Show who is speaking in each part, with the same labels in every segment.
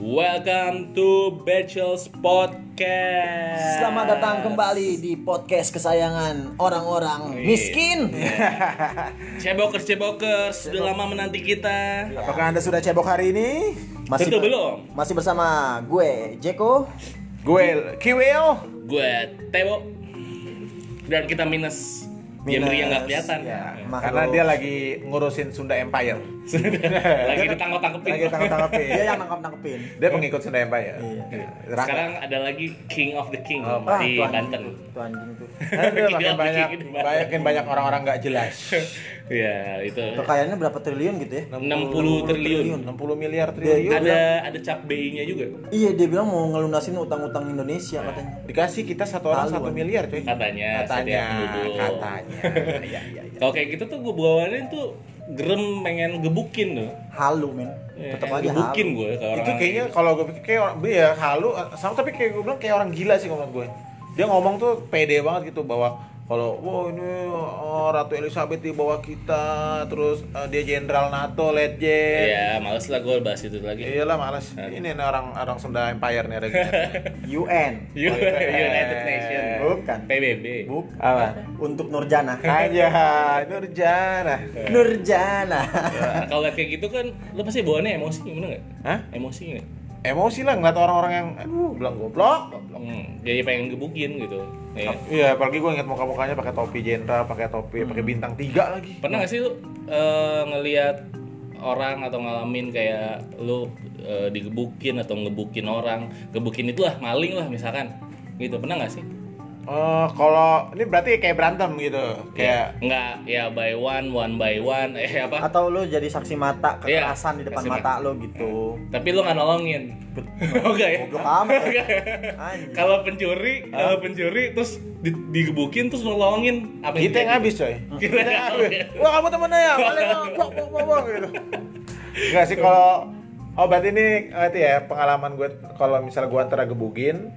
Speaker 1: Welcome to Bachelor's Podcast.
Speaker 2: Selamat datang kembali di podcast kesayangan orang-orang
Speaker 1: Iya.
Speaker 2: miskin.
Speaker 1: Cebokers Cebokers sudah lama menanti kita.
Speaker 3: Apakah anda sudah cebok hari ini?
Speaker 1: Tentu belum.
Speaker 2: Masih bersama gue, Jeko.
Speaker 3: Gue Kiwil.
Speaker 1: Gue Tebo dan kita minus. Dia Miri yang nggak kelihatan.
Speaker 3: Ya,
Speaker 2: Makhluk.
Speaker 3: karena dia lagi ngurusin Sunda Empire.
Speaker 1: Lagi ditangkap tangkepin.
Speaker 3: Lagi
Speaker 1: Iya.
Speaker 3: tangkap-tangkapin.
Speaker 2: Dia yang nangkep-nangkepin.
Speaker 3: Dia pengikut Sunda Empire.
Speaker 2: Iya.
Speaker 3: Raka.
Speaker 1: Sekarang ada lagi King of the King
Speaker 3: Oh,
Speaker 2: Ah,
Speaker 1: di
Speaker 2: tuh anjing
Speaker 1: Banten.
Speaker 2: tuh, Tuh anjing tuh.
Speaker 3: Aduh,
Speaker 1: Gila,
Speaker 3: makin banyak,
Speaker 1: bikin banget.
Speaker 3: makin banyak orang-orang nggak jelas.
Speaker 1: Ya itu.
Speaker 2: Kekayaannya berapa triliun gitu ya?
Speaker 1: 60 triliun.
Speaker 3: 60 miliar triliun.
Speaker 1: Ada ada cap BI-nya juga
Speaker 2: Iya, dia bilang mau ngelunasin utang-utang Indonesia
Speaker 1: Iya.
Speaker 2: katanya.
Speaker 3: Dikasih kita satu orang
Speaker 2: Lalu,
Speaker 3: satu
Speaker 2: Bang.
Speaker 3: miliar, coy.
Speaker 1: katanya.
Speaker 3: Katanya,
Speaker 1: setiap penduduk.
Speaker 3: katanya. Iya, iya, iya.
Speaker 1: Kalau kayak gitu tuh gue bawaannya tuh gerem pengen gebukin tuh.
Speaker 2: Halu, men.
Speaker 1: Ya,
Speaker 2: Tetap aja
Speaker 1: gebukin
Speaker 2: halu.
Speaker 1: gue ke orang
Speaker 3: itu kayaknya kalau gue pikir kayak orang ya halu sama tapi kayak gue bilang kayak orang gila sih menurut gue dia ngomong tuh pede banget gitu bahwa kalau wow ini oh, ratu Elizabeth di bawah kita terus eh, dia jenderal NATO legend
Speaker 1: Iya, males lah gue bahas itu lagi.
Speaker 3: iyalah malas ini nih orang orang Sunda Empire nih ada gini.
Speaker 2: UN.
Speaker 1: United Nations.
Speaker 2: Bukan.
Speaker 1: PBB.
Speaker 2: Buk.
Speaker 3: apa
Speaker 2: Untuk Nurjana.
Speaker 1: Iya.
Speaker 3: aja Nurjana
Speaker 2: Nurjana.
Speaker 1: Nah, Kalau liat kayak gitu kan, lo pasti bawaannya emosi, bener nggak?
Speaker 3: Hah?
Speaker 1: Emosi nggak?
Speaker 3: emosi lah ngeliat orang-orang yang aduh bilang goblok goblok.
Speaker 1: Hmm, jadi pengen gebukin gitu. Ya.
Speaker 3: Iya, apalagi gue ngeliat muka-mukanya pakai topi jenderal, pakai topi, pakai bintang tiga lagi.
Speaker 1: Pernah nggak sih lo eh, ngeliat orang atau ngalamin kayak lo eh, digebukin atau ngebukin orang, gebukin itulah maling lah misalkan, gitu. Pernah nggak sih?
Speaker 3: Eh, kalau ini berarti kayak berantem gitu, kayak
Speaker 1: Nggak, ya by one, one by one, eh apa?
Speaker 2: Atau lu jadi saksi mata
Speaker 1: Iya,
Speaker 2: kekerasan di depan
Speaker 1: saksi
Speaker 2: mata lo gitu.
Speaker 1: Tapi lo nggak nolongin. Oke ya?
Speaker 2: Goblok amat. ya. Anjing.
Speaker 1: Kalau pencuri, kalau pencuri terus di- digebukin terus nolongin apa
Speaker 3: Kita yang
Speaker 1: jadi?
Speaker 3: habis coy.
Speaker 1: Kita yang habis.
Speaker 3: Wah kamu temennya
Speaker 1: Iya.
Speaker 3: ya, balik dong, bok bok bok bok gitu. Enggak sih kalau oh berarti ini berarti ya pengalaman gue kalau misalnya gue antara gebugin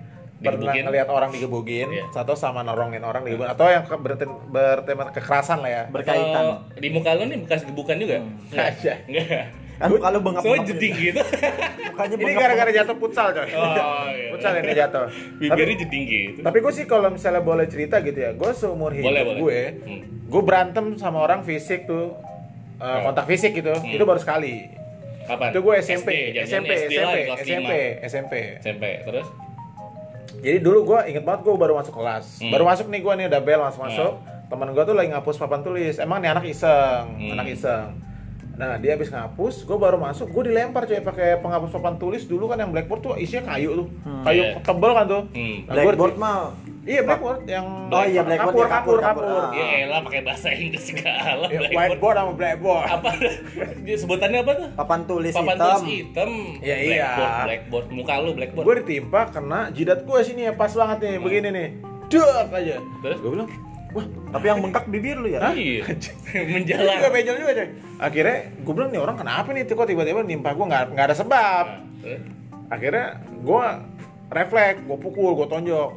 Speaker 3: pernah
Speaker 1: Digebukin.
Speaker 3: ngelihat orang digebugin
Speaker 1: Iya.
Speaker 3: satu sama norongin orang digebugin atau yang ke- bertem- bertema kekerasan lah ya
Speaker 2: Berkaitan.
Speaker 1: Kalau di muka lo nih bekas gebukan juga?
Speaker 3: Hmm.
Speaker 1: Nggak
Speaker 3: Aja.
Speaker 1: Enggak.
Speaker 2: Kan muka lu
Speaker 1: Soalnya
Speaker 2: bengap-bengap.
Speaker 1: jeding gitu.
Speaker 2: Mukanya
Speaker 3: ini
Speaker 2: bengap.
Speaker 3: gara-gara jatuh futsal coy
Speaker 1: Oh, iya.
Speaker 3: futsal ini jatuh tapi,
Speaker 1: Bibirnya jeding gitu.
Speaker 3: tapi gue sih kalau misalnya boleh cerita gitu ya gue seumur hidup
Speaker 1: Boleh, boleh.
Speaker 3: gue
Speaker 1: Hmm. Oh.
Speaker 3: gue berantem sama orang fisik tuh eh, kontak fisik gitu
Speaker 1: Hmm.
Speaker 3: itu baru sekali
Speaker 1: Kapan?
Speaker 3: Itu gue SMP,
Speaker 1: SD, jangan
Speaker 3: SMP,
Speaker 1: SD lah,
Speaker 3: SMP,
Speaker 1: kelas
Speaker 3: SMP, SMP.
Speaker 1: lima. SMP. Terus?
Speaker 3: Jadi dulu gue inget banget gue baru masuk kelas.
Speaker 1: Hmm.
Speaker 3: Baru masuk nih gue nih udah bel masuk masuk. Temen gue tuh lagi ngapus papan tulis. Emang nih anak iseng,
Speaker 1: Hmm.
Speaker 3: anak iseng. Nah dia habis ngapus, gue baru masuk, gue dilempar coy pakai penghapus papan tulis dulu kan yang blackboard tuh isinya kayu tuh, kayu
Speaker 1: Iya.
Speaker 3: tebel kan tuh.
Speaker 1: Hmm.
Speaker 3: Nah, gua-
Speaker 2: Blackboard mah
Speaker 3: Iya blackboard yang
Speaker 2: Oh iya, blackboard,
Speaker 3: kapur
Speaker 2: ya,
Speaker 3: kapur
Speaker 2: kapur,
Speaker 3: kapur.
Speaker 2: kapur.
Speaker 1: Ya elah pakai bahasa Inggris segala.
Speaker 3: Ah. Ya,
Speaker 1: blackboard.
Speaker 3: whiteboard sama blackboard.
Speaker 1: Apa? Dia sebutannya apa tuh?
Speaker 2: papan tulis
Speaker 1: Papan
Speaker 2: hitam.
Speaker 1: tulis hitam.
Speaker 3: Ya, iya.
Speaker 1: Blackboard, blackboard. Muka lu blackboard.
Speaker 3: Gue ditimpa kena jidat gue sini ya pas banget nih begini nih, dek aja.
Speaker 1: Terus?
Speaker 3: Gue bilang, wah
Speaker 2: Tapi yang bengkak bibir lu ya.
Speaker 1: Iya.
Speaker 3: Itu juga
Speaker 1: Menjalar.
Speaker 3: benjol juga coy akhirnya gue bilang nih orang kenapa nih kok tiba-tiba nimpa gue nggak nggak ada sebab
Speaker 1: Nah, terus?
Speaker 3: akhirnya gue refleks gue pukul gue tonjok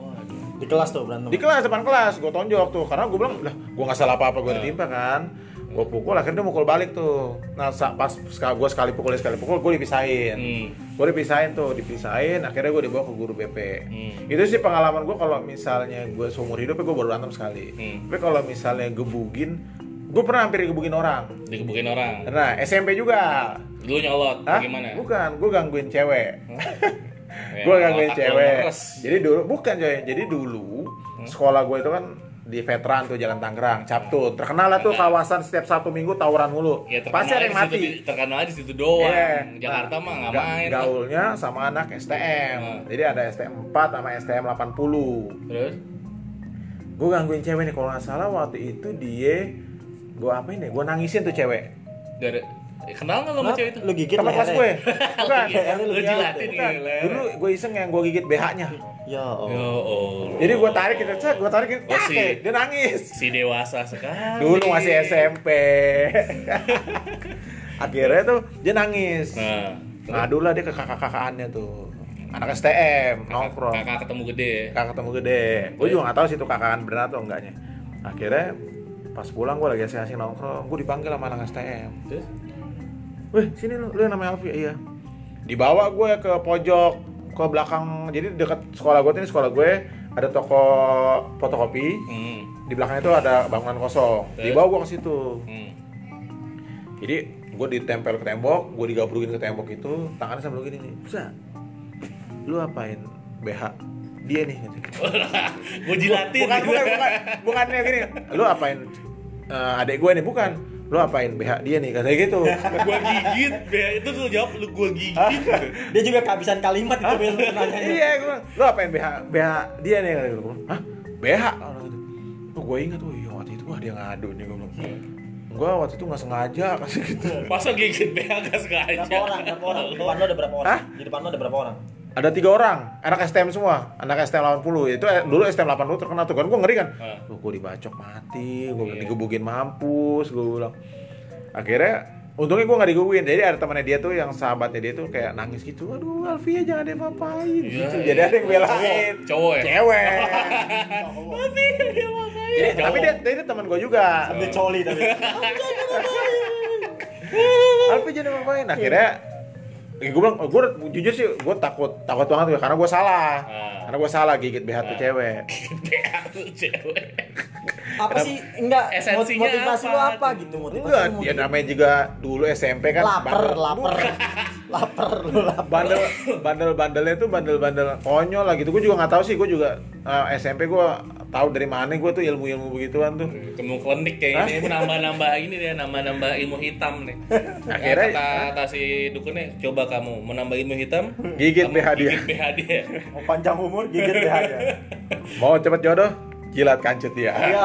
Speaker 2: Di kelas tuh berantem.
Speaker 4: Hmm.
Speaker 3: di kelas depan kelas gue tonjok tuh karena gue bilang lah gue nggak salah apa-apa gue ditimpa kan gue pukul akhirnya dia mukul balik tuh nah sa- pas gue sekali pukul dia sekali pukul gue dipisahin
Speaker 1: Hmm.
Speaker 3: gue dipisahin tuh dipisahin akhirnya gue dibawa ke guru BP
Speaker 1: Hmm.
Speaker 3: itu sih pengalaman gue kalau misalnya gue seumur hidup gue baru berantem sekali
Speaker 1: Hmm.
Speaker 3: tapi kalau misalnya gebugin gue pernah hampir gebugin orang
Speaker 1: Digebukin orang.
Speaker 3: Nah, SMP juga.
Speaker 1: Lu nyolot,
Speaker 3: Hah?
Speaker 1: gimana?
Speaker 3: Bukan, gue gangguin cewek.
Speaker 1: Ya,
Speaker 3: gue gangguin
Speaker 1: otak lu
Speaker 3: cewek.
Speaker 1: meres.
Speaker 3: Jadi dulu bukan coy. Jadi dulu
Speaker 1: Hmm.
Speaker 3: sekolah gue itu kan di veteran tuh Jalan Tangerang, Captun. Terkenal lah tuh
Speaker 1: Terkenal.
Speaker 3: kawasan setiap Sabtu Minggu tawuran mulu.
Speaker 1: Ya, Hmm. Iya. terkenal
Speaker 3: Pasti ada
Speaker 1: aja
Speaker 3: yang
Speaker 1: di
Speaker 3: mati.
Speaker 1: situ- di- terkenal aja di situ doang.
Speaker 3: Iya.
Speaker 1: Jakarta
Speaker 3: Nah,
Speaker 1: mah nggak
Speaker 3: ga-
Speaker 1: main.
Speaker 3: Gaulnya sama anak STM.
Speaker 2: Hmm.
Speaker 1: Nah.
Speaker 3: Jadi ada STM 4 sama STM 80.
Speaker 1: Terus?
Speaker 3: Gue gangguin cewek nih kalau nggak salah waktu itu dia gue apain ya? Gue nangisin tuh cewek.
Speaker 1: Gak ada. eh, Kenal nggak lo sama
Speaker 2: Hah?
Speaker 1: cewek itu?
Speaker 2: Lu gigit
Speaker 3: Teman kelas gue.
Speaker 2: lehernya.
Speaker 3: Bukan.
Speaker 2: Lehernya lu
Speaker 1: Lu
Speaker 2: gigit.
Speaker 1: jilatin
Speaker 3: Bukan.
Speaker 1: gitu, leher.
Speaker 3: Dulu gue iseng yang gue gigit BH-nya.
Speaker 2: Ya
Speaker 1: Ya
Speaker 2: Allah.
Speaker 1: Allah.
Speaker 3: Jadi gue tarik gitu, cek, gue tarik gitu,
Speaker 1: Oh, si-
Speaker 3: "Ah," dia nangis.
Speaker 1: Si dewasa sekali.
Speaker 3: Dulu masih SMP. Akhirnya tuh dia nangis.
Speaker 2: Hmm.
Speaker 1: Nah,
Speaker 3: Ngadu lah dia ke kakak-kakaannya tuh. Anak STM, nongkrong.
Speaker 1: kakak ketemu gede.
Speaker 3: Kakak ketemu gede. Gue juga gak tahu sih itu kakakan benar atau enggaknya. Akhirnya pas pulang gue lagi asing-asing nongkrong, gue dipanggil sama anak STM.
Speaker 1: Terus?
Speaker 3: Wih, sini lu, lu yang namanya Alfi? Iya. dibawa gue ke pojok ke belakang jadi dekat sekolah gue tuh ini sekolah gue ada toko fotokopi
Speaker 1: Hmm.
Speaker 3: di belakang itu ada bangunan kosong
Speaker 1: Terus?
Speaker 3: dibawa gue ke situ
Speaker 1: Hmm.
Speaker 3: jadi gue ditempel ke tembok gue digabungin ke tembok itu tangannya sambil gini nih bisa lu apain BH dia nih gitu.
Speaker 1: gue jilatin
Speaker 3: bukan bukan bukan bukannya gini lu apain eh, adek gue nih bukan lu apain BH dia nih katanya gitu
Speaker 1: gue gigit Be. itu gue jawab lu gue gigit
Speaker 4: Dia juga kehabisan kalimat itu biasa nanya.
Speaker 3: iya gue lu apain BH BH dia nih kata gue hah BH Orang gitu. oh gue ingat tuh iya waktu itu wah dia ngadu nih gue bilang gue waktu itu nggak sengaja kasih gitu
Speaker 1: masa gigit be agak sengaja
Speaker 4: Berapa orang? Berapa orang? Di depan lo ada berapa orang?
Speaker 3: Hah?
Speaker 4: Di depan lo ada berapa orang?
Speaker 3: ada tiga orang anak STM semua anak STM 80 itu eh, dulu STM 80 terkenal tuh kan gue ngeri kan
Speaker 1: Ah.
Speaker 3: Loh, gue dibacok mati gue
Speaker 1: Iya.
Speaker 3: digebukin mampus gue bilang akhirnya untungnya gue nggak digebukin jadi ada temannya dia tuh yang sahabatnya dia tuh kayak nangis gitu aduh Alfia jangan ada apa-apain
Speaker 1: Iya,
Speaker 3: gitu
Speaker 1: iya.
Speaker 3: jadi ada yang belain
Speaker 1: Cowok, cowok ya?
Speaker 3: cewek
Speaker 1: tapi dia ngapain
Speaker 3: Jadi- tapi dia, dia, teman gue juga
Speaker 4: Ambil coli tapi.
Speaker 3: Alfi jadi ngapain akhirnya Ya, gue bilang, gue jujur sih, gue takut, takut banget gue karena gue salah,
Speaker 1: Ah.
Speaker 3: karena gue salah gigit BH tuh
Speaker 1: Ah.
Speaker 3: cewek.
Speaker 1: be tuh cewek
Speaker 4: Apa sih? Enggak.
Speaker 1: Esensinya
Speaker 4: mot- motivasi lo
Speaker 1: apa?
Speaker 4: apa gitu? Motivasi
Speaker 3: Enggak,
Speaker 4: lo
Speaker 3: dia kan?
Speaker 4: mau-
Speaker 3: namanya juga dulu SMP kan
Speaker 4: lapar,
Speaker 3: bandel-
Speaker 4: lapar. Lapar lo lapar.
Speaker 3: bandel bandel bandelnya tuh bandel bandel konyol lah gitu gue juga nggak tahu sih gue juga eh, SMP gue tahu dari mana gue tuh ilmu ilmu begituan tuh
Speaker 4: Hmm.
Speaker 1: Kemu klinik kayak ini nambah-nambah ini dia nambah-nambah ilmu hitam nih.
Speaker 3: Akhirnya-
Speaker 1: kata, kata si dukunnya coba kamu menambah ilmu hitam
Speaker 3: Gigit
Speaker 1: kamu
Speaker 3: BH dia.
Speaker 1: Gigit BH dia.
Speaker 4: Mau panjang umur gigit deh aja.
Speaker 3: mau cepet jodoh jilat ya. kancut dia
Speaker 4: Yo.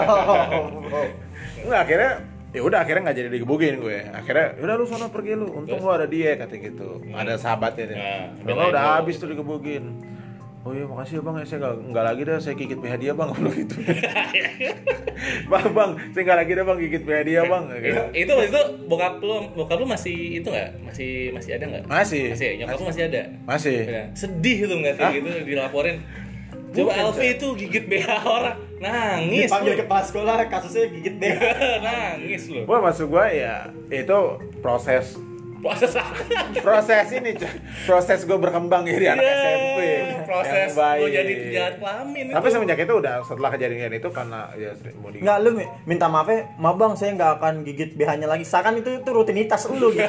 Speaker 3: nggak akhirnya ya udah akhirnya nggak jadi digebukin gue akhirnya "Ya udah lu sono pergi lu untung lu ada dia kata gitu
Speaker 1: Hmm.
Speaker 3: ada sahabatnya dia
Speaker 1: Nah,
Speaker 3: udah
Speaker 1: belain
Speaker 3: udah
Speaker 1: lu.
Speaker 3: habis tuh digebukin oh iya makasih ya bang ya saya nggak nggak lagi dah saya gigit BH dia bang kalau gitu bang bang saya nggak lagi dah bang gigit BH dia bang gitu.
Speaker 1: itu itu itu bokap lu bokap lu masih itu nggak masih masih ada nggak
Speaker 3: Masih.
Speaker 1: masih ya? nyokap lu masih ada
Speaker 3: masih
Speaker 1: Ya, sedih tuh nggak
Speaker 3: Hah?
Speaker 1: kayak gitu dilaporin coba Alfi itu gigit BH orang nangis
Speaker 4: Dipanggil
Speaker 1: lu.
Speaker 4: kepala sekolah kasusnya gigit deh.
Speaker 1: nangis lu
Speaker 3: Gua maksud gua ya itu proses
Speaker 1: proses apa?
Speaker 3: proses ini Cok. proses gue berkembang jadi anak
Speaker 1: Iya,
Speaker 3: SMP
Speaker 1: proses
Speaker 3: yang baik.
Speaker 1: lu jadi jalan kelamin
Speaker 3: tapi semenjak itu udah setelah kejadian itu karena ya sering mau di
Speaker 4: Enggak lu mi- minta maaf ya, maaf bang saya nggak akan gigit BH-nya lagi. Seakan itu itu rutinitas lu gitu.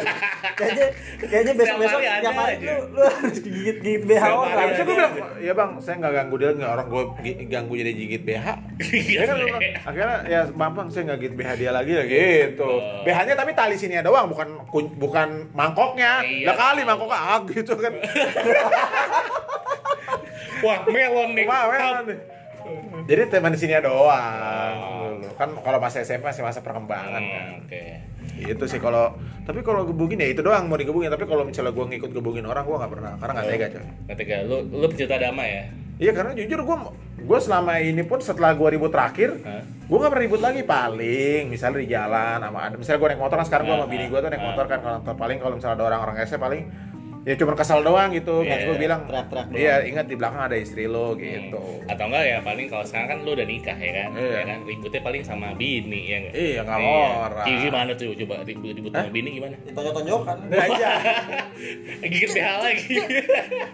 Speaker 4: kayaknya kayaknya besok-besok
Speaker 1: hari ada
Speaker 4: tiap hari
Speaker 1: aja.
Speaker 4: lu, lu harus gigit gigit BH
Speaker 1: Tiap
Speaker 4: orang.
Speaker 1: hari
Speaker 3: Habis itu gue bilang, ya bang, saya nggak ganggu dia, nggak orang gue ganggu jadi gigit BH.
Speaker 1: Gigit
Speaker 3: Dia kan
Speaker 1: BH.
Speaker 3: bilang, akhirnya ya bang, bang saya nggak gigit BH dia lagi
Speaker 1: Iya.
Speaker 3: ya gitu. BH-nya tapi tali sini doang, bukan kun- bukan mangkoknya.
Speaker 1: Iya.
Speaker 3: Lah kali mangkoknya ah gitu kan.
Speaker 1: wah melon nih
Speaker 3: Wah, wah, nih. Jadi teman di sini doang. dulu. Kan kalau masa SMP masih masa perkembangan kan.
Speaker 1: Oh. Hmm, oke
Speaker 3: Itu sih kalau tapi kalau gebugin ya itu doang mau digebugin, tapi kalau misalnya gua ngikut gebugin orang gua nggak pernah karena nggak tega
Speaker 1: Iya.
Speaker 3: coy.
Speaker 1: ketiga lu lu pencinta damai ya
Speaker 3: Iya karena jujur gue gue selama ini pun setelah gue ribut terakhir
Speaker 1: Hah?
Speaker 3: gue gak pernah ribut lagi paling misalnya di jalan sama ada misalnya gue naik motor kan sekarang gue sama
Speaker 1: Ah,
Speaker 3: bini
Speaker 1: ah,
Speaker 3: gue tuh naik
Speaker 1: ah.
Speaker 3: motor kan kalau nonton paling kalau misalnya ada orang-orang ese paling ya cuma kesal doang gitu
Speaker 1: Iya,
Speaker 3: yeah, gue
Speaker 1: iya,
Speaker 3: bilang
Speaker 4: teriak-teriak doang.
Speaker 3: iya ingat di belakang ada istri lo gitu
Speaker 1: Hmm. atau enggak ya paling kalau sekarang kan lu udah nikah ya kan
Speaker 3: Iya.
Speaker 1: ya kan ributnya paling sama bini ya enggak
Speaker 3: Iya, nggak orang.
Speaker 1: Ih, gimana tuh coba ribut ribut sama bini gimana
Speaker 4: "Ya, Ditonjok-tonjokan.
Speaker 1: Nah,
Speaker 3: Nggak aja
Speaker 1: iya. gigit BH lagi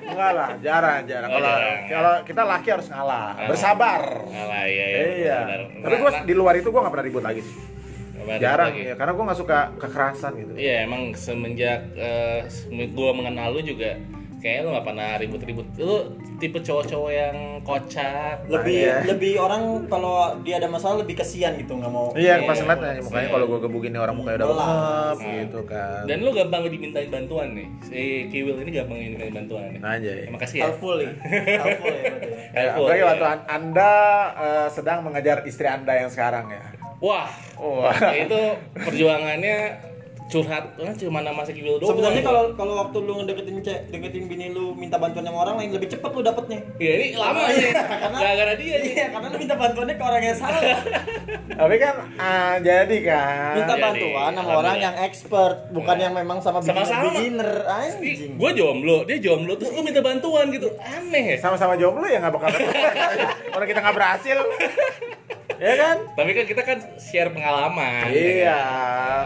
Speaker 3: enggak lah jarang jarang
Speaker 1: Oh,
Speaker 3: kalau
Speaker 1: jarang.
Speaker 3: kalau kita laki harus ngalah
Speaker 1: Ah.
Speaker 3: bersabar
Speaker 1: Alah, iya, iya,
Speaker 3: iya
Speaker 1: benar.
Speaker 3: tapi gue di luar itu gue gak pernah ribut lagi sih
Speaker 1: Apa ada
Speaker 3: jarang
Speaker 1: lagi?
Speaker 3: ya karena gue nggak suka kekerasan gitu
Speaker 1: Iya emang semenjak gue mengenal lu juga kayak lu gak pernah ribut-ribut. Lu tipe cowok-cowok yang kocak.
Speaker 4: Lebih
Speaker 3: Iya.
Speaker 4: lebih orang kalau dia ada masalah lebih kesian gitu nggak mau.
Speaker 3: Iya,
Speaker 1: Iya,
Speaker 3: pas ngeliat eh, mukanya kalau gue gebugin nih orang mukanya udah
Speaker 4: Melas.
Speaker 3: bengep gitu kan.
Speaker 1: Dan lu gampang dimintai bantuan nih. Si Kiwil ini gampang dimintai bantuan nih.
Speaker 3: Nah, anjay.
Speaker 1: Terima kasih ya.
Speaker 4: Helpful ya. Helpful ya. berarti.
Speaker 3: Ya,
Speaker 1: Helpful,
Speaker 3: apalagi
Speaker 1: iya.
Speaker 3: waktu an- Anda eh, sedang mengejar istri Anda yang sekarang ya.
Speaker 1: Wah, Ya
Speaker 3: Wah.
Speaker 1: itu perjuangannya curhat Wah, cuma nama si Kiwil doang.
Speaker 4: Sebenarnya kalau kalau waktu lu ngedeketin cek, deketin bini lu minta bantuan sama orang lain lebih cepet lu dapetnya. Iya,
Speaker 1: ya ini lama
Speaker 3: Iya.
Speaker 1: sih.
Speaker 4: Karena-
Speaker 1: Gara-gara dia nih.
Speaker 4: Iya, karena lu minta bantuannya ke orang yang salah.
Speaker 3: Tapi kan ah, jadi kan.
Speaker 4: minta
Speaker 1: Jadi,
Speaker 4: bantuan sama
Speaker 1: alhamdulillah.
Speaker 4: orang
Speaker 3: iya.
Speaker 4: yang expert, bukan yang memang sama beginner,
Speaker 1: Sama-sama.
Speaker 4: beginner anjing.
Speaker 1: Gue jomblo, dia jomblo terus gue minta bantuan gitu. Aneh ya.
Speaker 3: Sama-sama jomblo ya nggak bakal Orang kita nggak berhasil. ya kan?
Speaker 4: Iya
Speaker 1: Tapi kan kita kan share pengalaman. ya kan?
Speaker 3: Iya,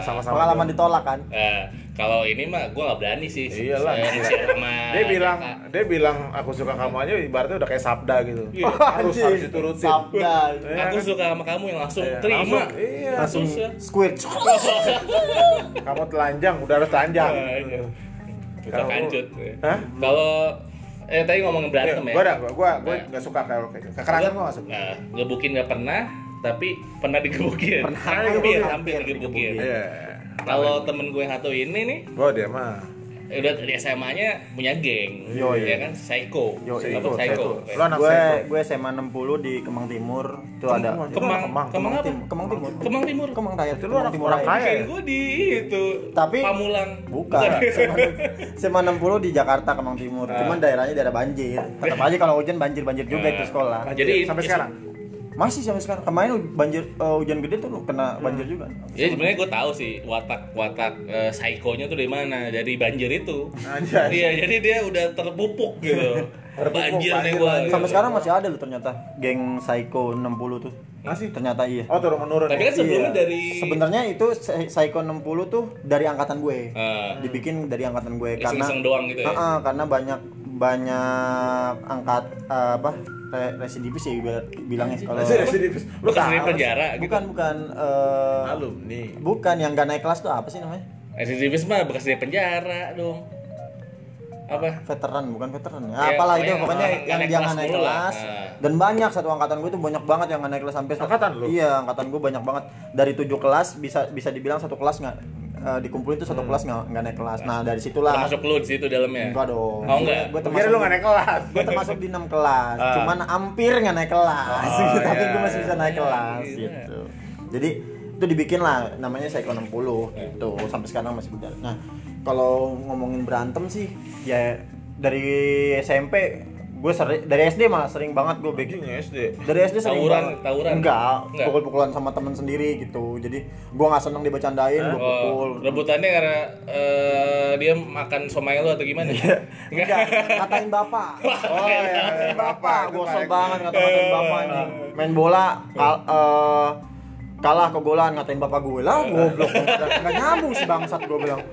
Speaker 3: sama-sama.
Speaker 4: pengalaman ditolak kan
Speaker 1: Eh, kalau ini mah gue nggak berani sih.
Speaker 3: Iyalah.
Speaker 1: Eh, share sama
Speaker 3: Dia bilang,
Speaker 1: kakak.
Speaker 3: dia bilang aku suka kamu aja ibaratnya udah kayak sabda gitu.
Speaker 1: Iya.
Speaker 3: Harus
Speaker 4: Anjing.
Speaker 3: harus diturutin.
Speaker 4: sabda
Speaker 3: Iya,
Speaker 1: aku
Speaker 3: kan?
Speaker 1: suka sama kamu yang langsung
Speaker 3: Iya,
Speaker 1: terima.
Speaker 3: langsung, iya.
Speaker 1: Langsung. share.
Speaker 4: squirt
Speaker 3: Kamu telanjang, udah harus telanjang.
Speaker 1: Iya, iya. Buka
Speaker 3: Kamu-
Speaker 1: kancut.
Speaker 3: Hah?
Speaker 1: Kalau eh tadi ngomongin
Speaker 3: Iya,
Speaker 1: berantem ya.
Speaker 3: Gua ada, gua gua gua
Speaker 1: Iya.
Speaker 3: nggak suka kayak kayak kekerangan gua nggak suka.
Speaker 1: Nah, gebukin nggak pernah, tapi pernah digebukin.
Speaker 4: Pernah
Speaker 1: hampir,
Speaker 4: digebukin.
Speaker 1: hampir digebukin.
Speaker 3: Iya.
Speaker 1: Kalau temen gue yang satu ini nih,
Speaker 3: Gua dia mah.
Speaker 1: eh, udah di SMA-nya punya geng,
Speaker 4: Yo,
Speaker 1: ya
Speaker 4: iya.
Speaker 1: kan, psycho,
Speaker 4: Yo,
Speaker 1: Apa,
Speaker 4: psycho,
Speaker 1: psycho.
Speaker 3: psycho. Lo anak
Speaker 4: gue
Speaker 3: psycho.
Speaker 4: gue SMA 60 di Kemang Timur itu ada
Speaker 3: Kemang, Timur.
Speaker 1: Kemang,
Speaker 3: Kemang,
Speaker 1: Kemang,
Speaker 4: Kemang
Speaker 1: apa?
Speaker 4: Timur Kemang Timur
Speaker 1: Kemang Timur.
Speaker 4: Kemang Raya
Speaker 3: Itu lu
Speaker 4: Kemang
Speaker 3: anak
Speaker 4: Timur
Speaker 3: orang
Speaker 4: Raya.
Speaker 3: kaya.
Speaker 1: Kayak gue di itu.
Speaker 4: Tapi-
Speaker 1: Pamulang.
Speaker 4: Bukan. SMA 60 di Jakarta Kemang Timur.
Speaker 3: Ah.
Speaker 4: Cuman daerahnya daerah banjir. Tetap aja kalau hujan banjir-banjir juga
Speaker 3: Ah.
Speaker 4: itu sekolah.
Speaker 1: Jadi
Speaker 3: sampai
Speaker 1: is-
Speaker 3: sekarang.
Speaker 4: Masih sampai sekarang. Kemarin hu- banjir eh, hujan gede tuh kena
Speaker 3: Ah.
Speaker 4: banjir juga.
Speaker 1: Ya sebenarnya gue tahu sih watak watak eh, psikonya tuh dari mana dari banjir itu.
Speaker 3: Anjay.
Speaker 1: Iya jadi dia udah terpupuk gitu.
Speaker 3: Terpupuk,
Speaker 1: banjir nih gitu.
Speaker 3: banjir,
Speaker 1: gue.
Speaker 3: banjir.
Speaker 4: Sampai sekarang masih ada loh ternyata geng Psycho 60 tuh.
Speaker 3: Masih?
Speaker 4: Ternyata iya.
Speaker 3: Oh, turun menurun.
Speaker 1: Tapi
Speaker 3: ya?
Speaker 1: kan sebelumnya
Speaker 4: Iya.
Speaker 1: dari.
Speaker 4: Sebenarnya itu Psy- Psycho 60 tuh dari angkatan gue.
Speaker 1: Eh,
Speaker 4: Dibikin dari angkatan gue karena
Speaker 1: Iseng-iseng doang gitu ya?
Speaker 4: Ah, ah, karena banyak banyak angkat eh, apa re- residivis ya ibarat- bilangnya kalau Nah,
Speaker 3: Masih residivis. Lu kan
Speaker 1: Bekas dari
Speaker 3: tahu
Speaker 1: penjara gitu.
Speaker 4: bukan bukan eh,
Speaker 3: alumni.
Speaker 4: bukan yang gak naik kelas tuh apa sih namanya
Speaker 1: Residivis mah bekas dari penjara dong. Apa?
Speaker 4: veteran bukan veteran ya,
Speaker 1: Ya,
Speaker 4: apalah itu
Speaker 1: pokoknya
Speaker 4: pokoknya
Speaker 1: nggak
Speaker 4: yang
Speaker 1: naik
Speaker 4: dia
Speaker 1: kelas
Speaker 4: nggak naik
Speaker 1: mulu lah.
Speaker 4: kelas
Speaker 1: Nah.
Speaker 4: dan banyak satu angkatan gue tuh banyak banget yang nggak naik kelas sampai
Speaker 3: Angkatan lu?
Speaker 4: iya angkatan gue banyak banget dari tujuh kelas bisa bisa dibilang satu kelas nggak eh, dikumpulin tuh satu
Speaker 1: Hmm.
Speaker 4: kelas nggak nggak naik kelas nah dari situlah
Speaker 1: Termasuk lu di situ dalamnya.
Speaker 4: enggak dong
Speaker 1: Iya. Oh enggak.
Speaker 4: gue
Speaker 3: Gua Kira lu nggak naik kelas.
Speaker 4: gue termasuk di enam kelas
Speaker 3: Ah.
Speaker 4: cuman hampir nggak naik kelas
Speaker 3: Oh,
Speaker 4: gitu. tapi
Speaker 3: iya,
Speaker 4: gue masih bisa naik
Speaker 1: iya,
Speaker 4: kelas
Speaker 1: iya.
Speaker 4: gitu jadi itu dibikin lah namanya Psycho 60 gitu sampai sekarang masih berjalan nah kalau ngomongin berantem sih ya dari SMP gue sering dari SD malah sering banget gue bikin
Speaker 3: Anjing SD.
Speaker 4: dari SD
Speaker 1: Iya.
Speaker 4: sering
Speaker 1: Tawuran,
Speaker 4: banget.
Speaker 1: tawuran.
Speaker 4: enggak,
Speaker 1: Enggak.
Speaker 4: pukul-pukulan sama temen sendiri gitu jadi gue nggak seneng dibacandain gue pukul
Speaker 1: Oh, rebutannya karena eh, dia makan somai lu atau gimana?
Speaker 4: Iya. enggak ngatain bapak
Speaker 3: Oh, iya,
Speaker 4: bapak
Speaker 3: itu
Speaker 4: gue
Speaker 3: paling-
Speaker 4: sel banget ngata-ngatain bapak anjing. main bola kal eh, kalah kegolan ngatain bapak gue lah goblok nggak nyambung si bangsat gue bilang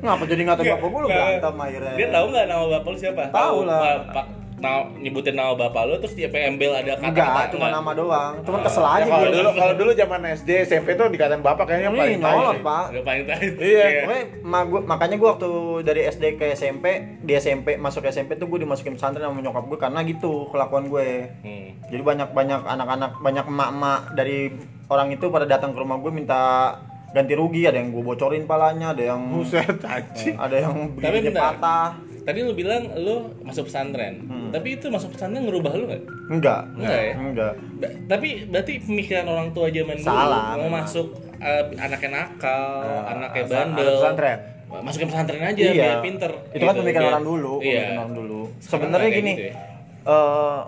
Speaker 4: ngapa jadi ngatain bapak gue lu
Speaker 1: Nggak.
Speaker 4: berantem akhirnya
Speaker 1: Dia tahu nggak nama bapak lu siapa?
Speaker 4: Tahu lah.
Speaker 1: nggak, Pak? Nama- nyebutin nama bapak lu terus dia embel ada kata-kata
Speaker 4: enggak cuma
Speaker 1: nggak?
Speaker 4: nama doang cuman kesel
Speaker 3: Ya,
Speaker 4: aja
Speaker 3: kalau
Speaker 4: gue
Speaker 3: dulu kalau dulu zaman SD SMP tuh dikatain bapak kayaknya yang
Speaker 4: Ini
Speaker 3: paling tahu.
Speaker 4: nyolot
Speaker 3: sih.
Speaker 4: pak
Speaker 1: Udah paling tahu.
Speaker 3: Iya.
Speaker 4: Pokoknya ma- gua- makanya gue waktu dari SD ke SMP di SMP masuk SMP tuh gue dimasukin pesantren sama nyokap gue karena gitu kelakuan gue
Speaker 1: Hmm.
Speaker 4: Jadi banyak-banyak anak-anak, banyak emak-emak dari orang itu pada datang ke rumah gue minta ganti rugi, ada yang gue bocorin palanya, ada yang eh,
Speaker 3: Buset anjing.
Speaker 4: ada yang
Speaker 1: Tapi
Speaker 4: giginya
Speaker 1: bentar.
Speaker 4: patah.
Speaker 1: Tadi lu bilang lu masuk pesantren.
Speaker 4: Hmm.
Speaker 1: Tapi itu masuk pesantren ngerubah lu nggak?
Speaker 4: Enggak.
Speaker 1: Enggak ya?
Speaker 4: Enggak.
Speaker 1: Ba- tapi berarti pemikiran orang tua zaman dulu
Speaker 4: Salah,
Speaker 1: mau
Speaker 4: memang. Nah,
Speaker 1: masuk eh, anaknya nakal, anaknya
Speaker 3: anak
Speaker 1: bandel.
Speaker 3: pesantren.
Speaker 1: Masukin pesantren aja
Speaker 4: Iya.
Speaker 1: biar pinter.
Speaker 4: Itu kan
Speaker 1: gitu,
Speaker 4: pemikiran
Speaker 1: biar-
Speaker 4: orang dulu,
Speaker 1: Iya.
Speaker 4: pemikiran orang dulu.
Speaker 1: Sekarang
Speaker 4: Sebenarnya
Speaker 1: nggak kayak
Speaker 4: gini,
Speaker 1: gitu ya?
Speaker 4: eh,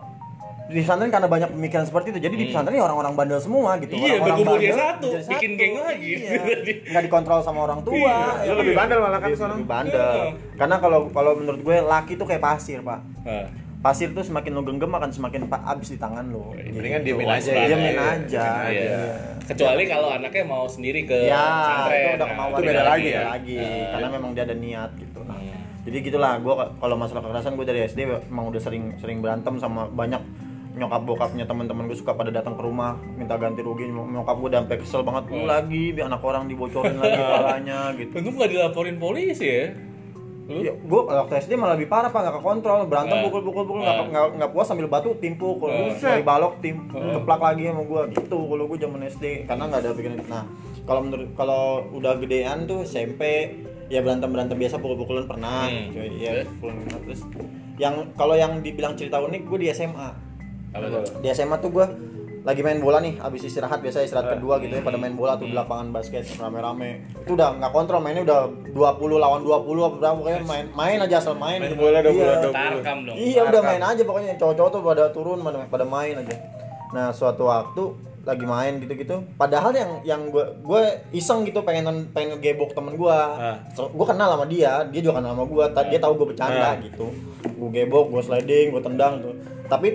Speaker 4: di pesantren karena banyak pemikiran seperti itu, jadi di pesantren ya orang-orang bandel semua gitu.
Speaker 1: Hmm. Iya,
Speaker 4: orang-orang
Speaker 1: berkumpul
Speaker 4: bandel
Speaker 1: jadi satu,
Speaker 4: jadi
Speaker 1: bikin geng lagi.
Speaker 4: Iya. Nggak dikontrol sama orang tua.
Speaker 3: Lu
Speaker 4: ya.
Speaker 3: lebih bandel malah kan
Speaker 4: Lebih
Speaker 3: sono.
Speaker 4: bandel.
Speaker 1: Iya.
Speaker 4: Karena kalau kalau menurut gue laki tuh kayak pasir, Pak.
Speaker 1: Nah,
Speaker 4: pasir tuh semakin lo genggam akan semakin pa- abis di tangan lo.
Speaker 1: Iya,
Speaker 3: Mendingan diemin
Speaker 1: Luas
Speaker 3: aja.
Speaker 1: banget.
Speaker 3: ya.
Speaker 4: Diemin
Speaker 3: Iya,
Speaker 4: aja.
Speaker 3: diemin aja.
Speaker 1: gitu. iya. Kecuali kalau anaknya mau sendiri ke
Speaker 4: Ya,
Speaker 1: pesantren.
Speaker 4: itu udah
Speaker 1: Nah,
Speaker 4: kemauan
Speaker 3: itu beda
Speaker 4: dia
Speaker 3: lagi ya. Iya.
Speaker 4: lagi, karena memang dia ada niat gitu. Nah, Jadi gitulah, gue kalau masalah kekerasan gue dari SD emang udah sering sering berantem sama banyak nyokap bokapnya teman-teman gue suka pada datang ke rumah minta ganti rugi nyokap gue udah sampai kesel banget
Speaker 3: Iya.
Speaker 4: lu lagi biar anak orang dibocorin lagi parahnya gitu
Speaker 1: Untung nggak dilaporin polisi ya. Lu?
Speaker 4: Ya, gue waktu SD malah lebih parah pak nggak kekontrol berantem pukul pukul pukul nggak nggak nggak puas sambil batu tim pukul dari balok tim keplak lagi sama gue gitu kalau gue zaman SD karena nggak ada pikiran nah kalau menurut kalau udah gedean tuh SMP ya berantem berantem biasa pukul pukulan pernah
Speaker 1: Hmm.
Speaker 4: cuy. ya pukulan pernah terus yang kalau yang dibilang cerita unik gue di SMA
Speaker 1: Apa tuh?
Speaker 4: di SMA tuh gue lagi main bola nih abis istirahat biasa
Speaker 3: Ah.
Speaker 4: istirahat kedua gitu ya pada main bola
Speaker 3: Hmm.
Speaker 4: tuh di lapangan basket rame-rame itu udah nggak kontrol mainnya udah 20 lawan 20 apa berapa pokoknya main main aja asal main
Speaker 3: Main
Speaker 4: gitu.
Speaker 3: bola dua bola
Speaker 4: Iya.
Speaker 3: dua bola.
Speaker 1: Tarkam dong. kan?
Speaker 4: Iya udah main aja pokoknya cowok-cowok tuh pada turun pada, pada main aja. Nah suatu waktu lagi main gitu-gitu. Padahal yang yang gue gue iseng gitu pengen pengen ngegebok temen gue.
Speaker 3: Ah.
Speaker 4: So, gue kenal sama dia, dia juga kenal sama gue. Tadi dia tahu gue bercanda
Speaker 3: Ah.
Speaker 4: gitu. Gue gebok, gue sliding, gue tendang tuh. Tapi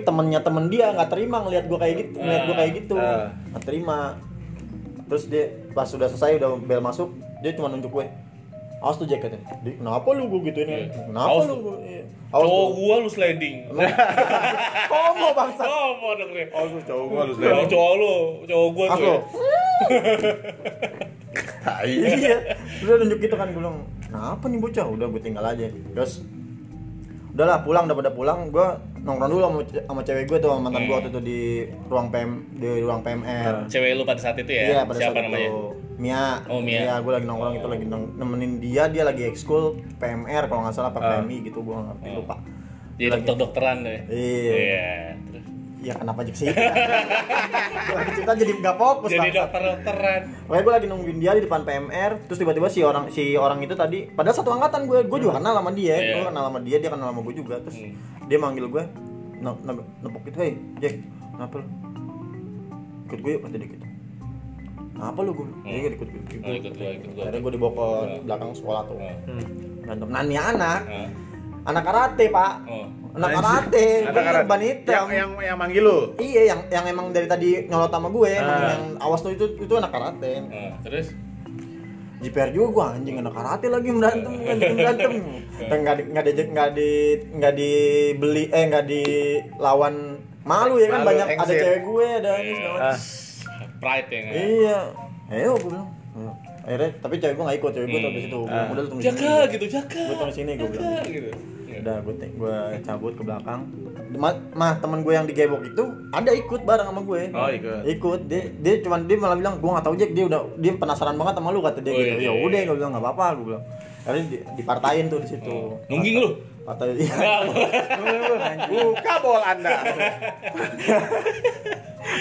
Speaker 1: Ah.
Speaker 4: temennya temen dia nggak terima ngeliat gue kayak gitu, ngeliat gue kayak gitu,
Speaker 3: Ah.
Speaker 4: nggak terima. terus dia pas sudah selesai udah bel masuk dia cuma nunjuk gue awas tuh jaketnya Di, kenapa lu gue gituin kan
Speaker 1: Iya.
Speaker 4: kenapa
Speaker 1: Awas
Speaker 4: lu
Speaker 1: tuh.
Speaker 4: gue Iya. awas
Speaker 1: Cowok
Speaker 4: tuh
Speaker 1: gua lu sliding.
Speaker 4: komo bangsa
Speaker 1: Oh, mau dengerin.
Speaker 3: Oh, lu cowok gua lu
Speaker 1: Cowok cowok lu, cowok gua
Speaker 4: awas
Speaker 1: tuh.
Speaker 4: lu
Speaker 1: ya.
Speaker 3: Tai.
Speaker 4: iya udah nunjuk gitu kan gue bilang kenapa nih bocah udah gue tinggal aja terus udahlah pulang udah pada pulang gue nongkrong dulu sama, ce- sama cewek gue tuh sama
Speaker 1: Hmm.
Speaker 4: mantan gue waktu itu di ruang PM di ruang PMR
Speaker 1: Cewek lu pada saat itu ya.
Speaker 4: Iya, pada
Speaker 1: Hmm. Siapa
Speaker 4: saat
Speaker 1: namanya?
Speaker 4: itu. Mia.
Speaker 1: Oh, Mia.
Speaker 4: Iya, gue lagi nongkrong itu lagi nong- nemenin dia, dia lagi ekskul PMR kalau nggak salah
Speaker 1: Hmm.
Speaker 4: apa PMI gitu, gue nggak ngerti lupa.
Speaker 1: Jadi dokter-dokteran deh.
Speaker 4: Iya.
Speaker 1: Hmm. Iya. terus.
Speaker 4: Ya kenapa jadi sih? Gua lagi cerita jadi nggak fokus.
Speaker 1: Jadi
Speaker 4: bangsa.
Speaker 1: dokter-dokteran.
Speaker 4: Makanya gue lagi nungguin dia di depan PMR, terus tiba-tiba si orang si orang itu tadi, padahal satu angkatan gue, gue juga kenal sama dia,
Speaker 1: Iya. Hmm.
Speaker 4: gue kenal sama dia, dia kenal sama gue juga, terus dia manggil gue, ne- ne- nepok gitu, hey Jack, kenapa lu? Ikut gue yuk, kata dia gitu. Kenapa lu gue? Dia ikut ikut
Speaker 1: Oh,
Speaker 4: ikut
Speaker 1: ikut gua, ikut gua. Hmm.
Speaker 4: Akhirnya gue dibawa ke belakang sekolah tuh.
Speaker 1: Oh.
Speaker 4: Berantem. Nah, ini anak,
Speaker 1: Oh.
Speaker 4: anak karate pak,
Speaker 1: Oh. Ya,
Speaker 4: anak
Speaker 3: Anjir.
Speaker 4: karate,
Speaker 3: Ada
Speaker 4: gue
Speaker 3: karena-
Speaker 4: ban hitam.
Speaker 3: yang yang yang manggil lu.
Speaker 4: Iya, yang yang emang dari tadi nyolot sama gue,
Speaker 1: Hmm.
Speaker 4: emang yang awas tuh itu itu anak karate.
Speaker 1: Oh, Terus?
Speaker 4: JPR juga gua anjing anak karate lagi berantem kan bikin berantem dan nggak di nggak di nggak di nggak dibeli eh nggak dilawan malu ya kan
Speaker 3: Malu,
Speaker 4: banyak ada
Speaker 3: engsir.
Speaker 4: cewek gue ada ini segala macam.
Speaker 3: Ah,
Speaker 1: Pride ya nggak?
Speaker 4: iya ayo gue bilang Ayo. akhirnya tapi cewek gue nggak ikut cewek gue
Speaker 3: Hmm.
Speaker 4: tuh di situ Gua
Speaker 3: Ah.
Speaker 4: bilang, udah lu tunggu sini
Speaker 1: Jaga gitu, jaga.
Speaker 4: Gua tunggu sini, gua
Speaker 1: Jaga,
Speaker 4: bilang.
Speaker 1: gitu. Iya.
Speaker 4: udah gue gue cabut ke belakang Ma- mah teman gue yang digebok itu ada ikut bareng sama gue
Speaker 3: Oh, ikut.
Speaker 4: ikut dia dia cuman dia malah bilang gue nggak tahu Jack dia udah dia penasaran banget sama lu kata
Speaker 1: Oh,
Speaker 4: dia gitu
Speaker 1: iya,
Speaker 4: ya
Speaker 1: iya.
Speaker 4: udah gue bilang nggak apa-apa gue bilang akhirnya di- dipartain tuh di situ
Speaker 1: Oh. Nungging lu?
Speaker 4: partai iya
Speaker 3: Buka bol Anda.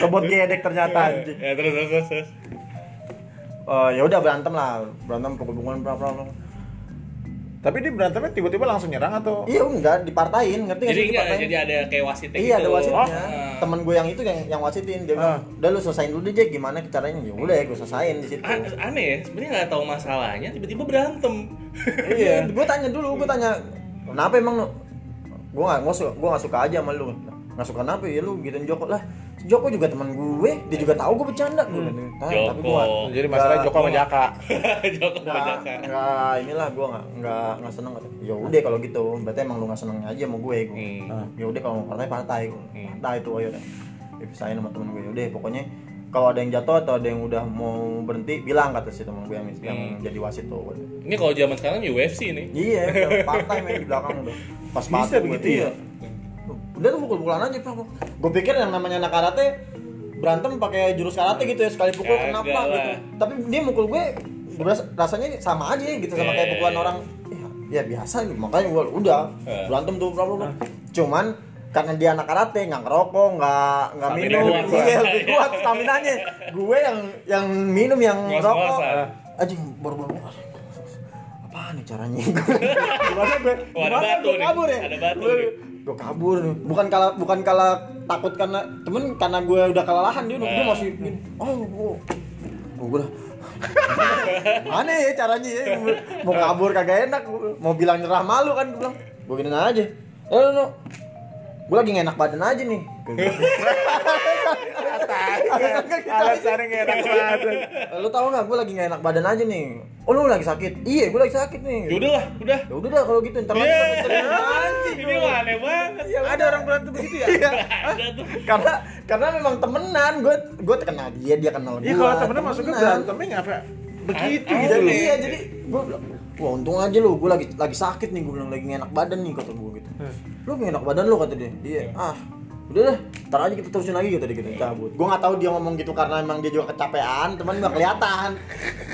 Speaker 4: kebot gedek ternyata anjing.
Speaker 1: Ya terus terus terus, terus.
Speaker 4: Eh, ya udah berantem lah berantem pukul-pukulan bla bla bla.
Speaker 3: Tapi dia berantemnya tiba-tiba langsung nyerang atau?
Speaker 4: iya enggak dipartain ngerti nggak
Speaker 1: Jadi
Speaker 4: sih
Speaker 1: enggak,
Speaker 4: dipartain?
Speaker 1: jadi ada kayak wasitnya
Speaker 4: Iya
Speaker 1: gitu. Ah.
Speaker 4: ada wasitnya.
Speaker 3: Oh.
Speaker 4: Temen gue yang itu yang yang wasitin dia bilang, "Udah lu selesain dulu deh Jack gimana caranya." Ya udah ya gue selesain di situ.
Speaker 1: A- aneh ya, sebenarnya nggak tahu masalahnya, tiba-tiba berantem.
Speaker 4: iya, gue tanya dulu, gue tanya, "Kenapa emang lu?" Gue gak, gue suka, gue gak suka aja sama lu Gak suka kenapa ya lu gituin Joko lah Si Joko juga teman gue, dia juga tahu gue bercanda Gue gitu. Tanya, tapi
Speaker 1: Hmm.
Speaker 4: gue
Speaker 1: Joko.
Speaker 3: Oh, Jadi masalahnya
Speaker 4: Nggak.
Speaker 3: Joko sama Jaka.
Speaker 1: Joko
Speaker 4: Enggak,
Speaker 1: Panjaka.
Speaker 4: enggak, inilah gue gak, nggak nggak seneng Ya udah kalau gitu, berarti emang lu gak seneng aja sama gue gue.
Speaker 1: Hmm.
Speaker 4: Nah, ya udah kalau mau partai partai gue. Partai itu ayo deh. Dipisahin sama temen gue. Udah pokoknya kalau ada yang jatuh atau ada yang udah mau berhenti bilang kata si temen gue yang, yang jadi wasit tuh.
Speaker 1: Ini kalau zaman sekarang ya UFC nih.
Speaker 4: Iya, udah partai main di belakang udah. Pas
Speaker 3: Bisa
Speaker 4: partai
Speaker 3: begitu
Speaker 4: gue,
Speaker 3: ya?
Speaker 4: iya. Udah tuh pukul-pukulan aja, Pak. Gue pikir yang namanya anak karate berantem pakai jurus karate gitu ya sekali pukul
Speaker 1: Kagak
Speaker 4: kenapa
Speaker 1: lah.
Speaker 4: gitu. Tapi dia mukul gue gue rasa- rasanya sama aja gitu sama kayak
Speaker 1: Iya, iya,
Speaker 4: pukulan
Speaker 1: iya.
Speaker 4: orang ya, ya biasa gitu. Makanya gue udah
Speaker 1: Iya.
Speaker 4: berantem tuh bla bla bla. Cuman karena dia anak karate, nggak ngerokok, nggak nggak
Speaker 3: Stamina
Speaker 4: minum,
Speaker 1: lebih kuat.
Speaker 4: iya lebih kuat staminanya. Gue yang yang minum yang rokok, Eh,
Speaker 1: Ngos-ngosan.
Speaker 4: anjing baru-baru apaan nih caranya gimana gue
Speaker 1: Oh, ada batu
Speaker 4: gimana
Speaker 1: nih.
Speaker 4: gue kabur ya
Speaker 1: Ada batu
Speaker 4: gue,
Speaker 1: nih.
Speaker 4: gue kabur nih. bukan kala bukan kala takut karena temen karena gue udah kelelahan dia udah
Speaker 1: Eh.
Speaker 4: dia masih gini. oh gue oh, gue udah mana ya caranya ya Gue mau kabur kagak enak mau bilang nyerah malu kan gue bilang gue gini aja eh no, no. gue lagi nggak enak badan aja nih
Speaker 3: Alasannya nggak enak banget.
Speaker 4: lu tau nggak gue lagi nggak enak badan aja nih oh lu lagi sakit iya gue lagi sakit nih
Speaker 1: Ya udahlah, udah.
Speaker 4: ya udah dah kalau gitu ntar lagi
Speaker 3: Iya.
Speaker 1: Yeah.
Speaker 4: kita bercerai. Anjing,
Speaker 1: Ini
Speaker 4: gua.
Speaker 1: mah aneh banget.
Speaker 3: Ada orang berantem begitu ya?
Speaker 4: Iya.
Speaker 1: Ada tuh.
Speaker 4: karena karena memang temenan gue gue kenal dia dia kenal gue
Speaker 3: Iya kalau temennya masuknya berantemnya ngapa? Begitu gitu
Speaker 4: jadi
Speaker 3: loh.
Speaker 4: iya jadi gue bilang wah untung aja lu gue lagi lagi sakit nih gue bilang lagi nggak enak badan nih kata gue gitu
Speaker 3: Hmm.
Speaker 4: lu nggak enak badan lu kata dia iya ah udah dah ntar aja kita terusin lagi gitu dia gitu
Speaker 3: Hmm.
Speaker 4: cabut gue nggak tahu dia ngomong gitu karena emang dia juga kecapean teman nggak kelihatan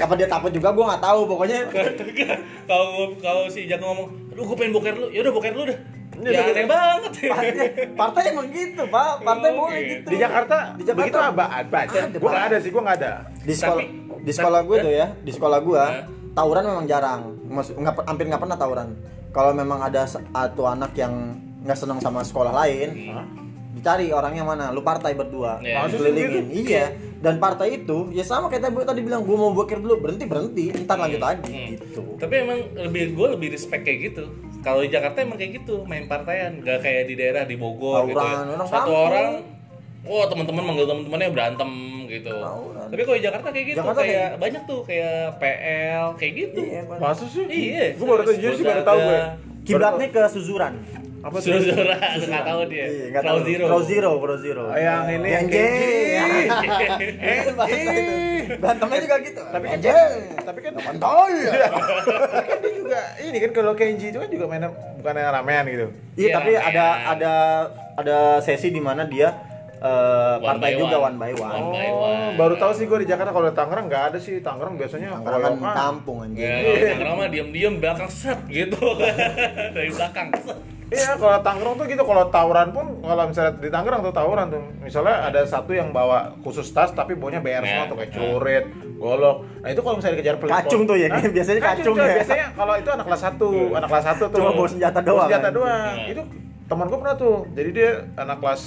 Speaker 4: apa dia takut juga gue nggak tahu pokoknya
Speaker 1: Kalau kalau si Jack ngomong, "Aduh, gua pengen boker lu." Ya udah boker lu dah. Ya
Speaker 3: Ini
Speaker 4: gitu.
Speaker 3: udah-
Speaker 1: aneh banget.
Speaker 4: partai, partai emang gitu pak partai
Speaker 1: Oh,
Speaker 4: boleh
Speaker 1: gitu.
Speaker 4: gitu
Speaker 3: Iya. Di Jakarta,
Speaker 4: Di Jakarta.
Speaker 3: begitu apa? Baca.
Speaker 4: Ada,
Speaker 3: Gua nggak
Speaker 4: Pak.
Speaker 3: ada sih, gua nggak ada.
Speaker 4: di sekolah
Speaker 1: Tapi- eh?
Speaker 4: di sekolah gue
Speaker 1: tapi-
Speaker 4: tuh ya di sekolah gue
Speaker 1: Hah?
Speaker 4: tawuran memang jarang Maksud, nggak pe- hampir nggak pernah tawuran kalau memang ada satu anak yang nggak senang sama sekolah lain dicari orangnya mana lu partai
Speaker 1: Hmm.
Speaker 4: berdua
Speaker 1: Iya.
Speaker 4: Langsung dikelilingin.
Speaker 3: gitu?
Speaker 4: iya dan partai itu ya sama kayak tadi, tadi bilang gue mau bokir dulu berhenti berhenti ntar lanjut
Speaker 1: Hmm.
Speaker 4: lagi gitu
Speaker 1: Tapi emang lebih gue lebih respect kayak gitu. Kalau di Jakarta emang kayak gitu, main partaian, gak kayak di daerah di Bogor gitu. Ya.
Speaker 4: Tawuran, orang
Speaker 1: Satu
Speaker 4: kampung.
Speaker 1: orang, wah teman-teman manggil teman-temannya berantem gitu.
Speaker 4: Tawuran.
Speaker 1: Tapi kalau di Jakarta kayak gitu,
Speaker 4: Jakarta
Speaker 1: kayak
Speaker 4: kayak-
Speaker 1: banyak tuh kayak PL kayak gitu.
Speaker 4: Iya, Bang.
Speaker 3: Masa sih?
Speaker 1: Iya.
Speaker 3: Gue baru tahu jujur sih baru tahu gue.
Speaker 4: Kiblatnya ke Suzuran.
Speaker 3: Apa tuh?
Speaker 1: Suzuran, nggak tahu Oh, dia.
Speaker 4: Iya, nggak
Speaker 1: Crow
Speaker 4: tahu.
Speaker 1: Zero.
Speaker 4: Crow Zero, Crow Zero.
Speaker 3: Oh, Yang ini yang
Speaker 4: Yang
Speaker 3: keji.
Speaker 4: Bantemnya juga gitu.
Speaker 3: Tapi kan
Speaker 4: Anjing.
Speaker 3: tapi kan
Speaker 4: Kontol ya.
Speaker 3: kan dia juga ini kan kalau Kenji itu kan juga mainnya bukannya ramean gitu.
Speaker 4: Iya,
Speaker 1: Iya,
Speaker 4: tapi
Speaker 1: ramean.
Speaker 4: ada ada ada sesi di mana dia eh,
Speaker 1: by
Speaker 4: partai juga
Speaker 1: one.
Speaker 4: one by one.
Speaker 1: One by
Speaker 3: Oh,
Speaker 1: one.
Speaker 3: baru tahu sih gue di Jakarta kalau di Tangerang nggak ada sih. Tangerang biasanya
Speaker 4: Tangerang kan
Speaker 3: royokan.
Speaker 4: kampung anjing.
Speaker 3: Iya,
Speaker 1: Ya, kalau Tangerang mah diam-diam belakang set gitu. Dari belakang. set.
Speaker 3: Iya, kalau Tangerang tuh gitu, kalau tawuran pun kalau misalnya di Tangerang tuh tawuran tuh. Misalnya ada satu yang bawa khusus tas tapi bawanya BR
Speaker 1: Nah,
Speaker 3: semua tuh kayak
Speaker 1: nah.
Speaker 3: curit, golok. Nah, itu kalau misalnya dikejar pelit.
Speaker 4: Kacung tuh ya,
Speaker 3: Hah?
Speaker 4: biasanya kacung
Speaker 3: tuh,
Speaker 4: ya.
Speaker 3: Biasanya kalau itu anak kelas
Speaker 1: Iya.
Speaker 3: 1, anak kelas 1 tuh.
Speaker 4: Cuma bawa senjata
Speaker 3: Bawa
Speaker 4: doang,
Speaker 3: Senjata
Speaker 4: kan?
Speaker 3: doang.
Speaker 1: Nah.
Speaker 3: Itu teman gue pernah tuh. Jadi dia anak kelas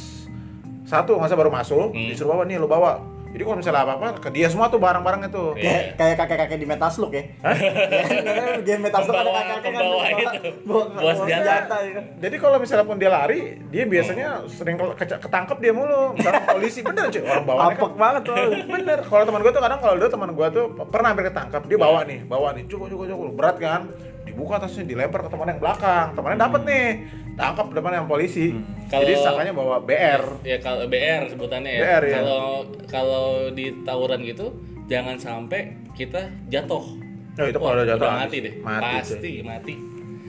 Speaker 3: 1 masa baru masuk,
Speaker 1: Hmm.
Speaker 3: disuruh bawa nih lu bawa. Jadi kalau misalnya apa-apa ke dia semua tuh barang-barangnya tuh.
Speaker 1: Iya.
Speaker 4: Kayak kayak kakek-kakek di Metasluk ya. Ya kan, karena game Metasluk ada
Speaker 1: Pembawa-
Speaker 4: kakek-kakek kan
Speaker 1: pembawa
Speaker 4: bawa-
Speaker 1: itu.
Speaker 4: bawa-
Speaker 1: Bawa
Speaker 4: bawa
Speaker 1: senjata.
Speaker 4: senjata ya kan.
Speaker 3: Jadi kalau misalnya pun dia lari, dia biasanya sering ke- ke- ketangkep dia mulu. Misalnya polisi bener cuy, orang kan bawa
Speaker 4: Apek banget tuh.
Speaker 3: bener kalau teman gue tuh kadang kalau dulu teman gue tuh pernah hampir ketangkap dia bawa nih bawa nih cukup cukup cukup berat kan dibuka tasnya dilempar ke teman yang belakang temannya dapat
Speaker 4: Hmm.
Speaker 3: nih tangkap depan yang polisi
Speaker 1: Kalau-
Speaker 3: jadi sangkanya bawa BR
Speaker 1: Ya kalau BR sebutannya ya.
Speaker 3: BR, ya.
Speaker 1: Kalau kalau di tawuran gitu jangan sampai kita jatuh.
Speaker 3: Ya, itu kalau
Speaker 1: Wah,
Speaker 3: udah jatuh,
Speaker 1: udah
Speaker 3: habis.
Speaker 1: mati deh.
Speaker 3: Mati,
Speaker 1: Pasti mati.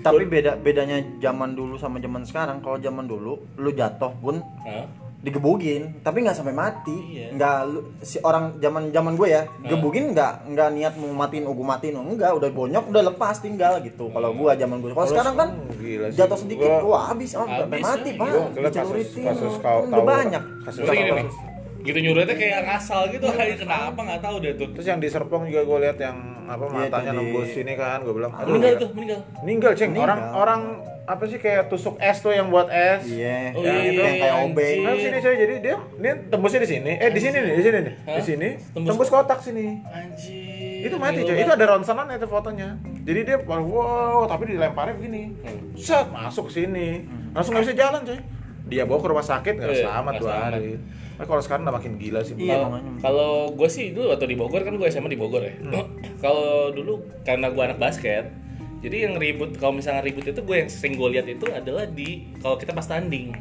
Speaker 4: Tapi beda bedanya zaman dulu sama zaman sekarang. Kalau zaman dulu lu jatuh pun
Speaker 1: Hah?
Speaker 4: digebukin tapi nggak sampai mati
Speaker 1: Iya.
Speaker 4: nggak lu- si orang zaman zaman gue ya gebukin nggak nggak niat mau matiin ugu matiin oh, enggak udah bonyok udah lepas tinggal gitu kalau gue zaman gue kalau sekarang kan
Speaker 3: sekarang, gila sih.
Speaker 4: jatuh sedikit
Speaker 3: Gua-
Speaker 4: wah habis oh, sampai
Speaker 1: Habis,
Speaker 4: mati
Speaker 1: ya.
Speaker 4: pak
Speaker 3: Gua kira kasus
Speaker 4: dicuritin
Speaker 3: kasus
Speaker 4: oh.
Speaker 3: kau
Speaker 4: Kan udah
Speaker 3: tahu
Speaker 4: banyak
Speaker 3: kasus
Speaker 1: Terus gini
Speaker 3: tawuran.
Speaker 1: nih. Gitu nyuruhnya kayak asal gitu.
Speaker 3: Iya,
Speaker 1: Ay, Kenapa nggak tahu deh tuh.
Speaker 3: terus yang di Serpong juga gue lihat yang apa
Speaker 4: Iya, itu
Speaker 3: matanya
Speaker 4: di-
Speaker 3: nembus ini kan gue bilang aduh
Speaker 1: Meninggal tuh, meninggal.
Speaker 3: meninggal ceng
Speaker 4: Meninggal.
Speaker 3: orang orang apa sih kayak tusuk es tuh yang buat es
Speaker 4: iya
Speaker 1: Oh,
Speaker 4: yang
Speaker 1: iya,
Speaker 4: itu yang
Speaker 1: iya,
Speaker 4: kayak
Speaker 1: iya,
Speaker 4: obeng
Speaker 1: anjing.
Speaker 3: Nah, sini coy, jadi dia ini tembusnya di sini. Eh, di sini nih, di sini nih. Di
Speaker 1: Hah?
Speaker 3: sini.
Speaker 1: Tembus-
Speaker 3: Tembus kotak sini.
Speaker 1: Anjir.
Speaker 3: itu mati
Speaker 1: gila
Speaker 3: coy itu
Speaker 1: banget.
Speaker 3: ada ronsenan itu fotonya jadi dia baru, wow tapi dilemparnya begini
Speaker 1: Hmm.
Speaker 3: set masuk ke sini langsung nggak bisa jalan coy dia bawa ke rumah sakit nggak
Speaker 1: Iya,
Speaker 3: selamat
Speaker 1: nggak
Speaker 3: dua
Speaker 1: selamat.
Speaker 3: hari Tapi kalau sekarang udah makin gila sih
Speaker 4: Iya,
Speaker 1: Kalau-
Speaker 4: makanya.
Speaker 1: Kalau gue sih dulu waktu di Bogor kan gue SMA di Bogor ya. kalau dulu karena gue anak basket, jadi yang ribut kalau misalnya ribut itu gue yang sering gue lihat itu adalah di kalau kita pas tanding.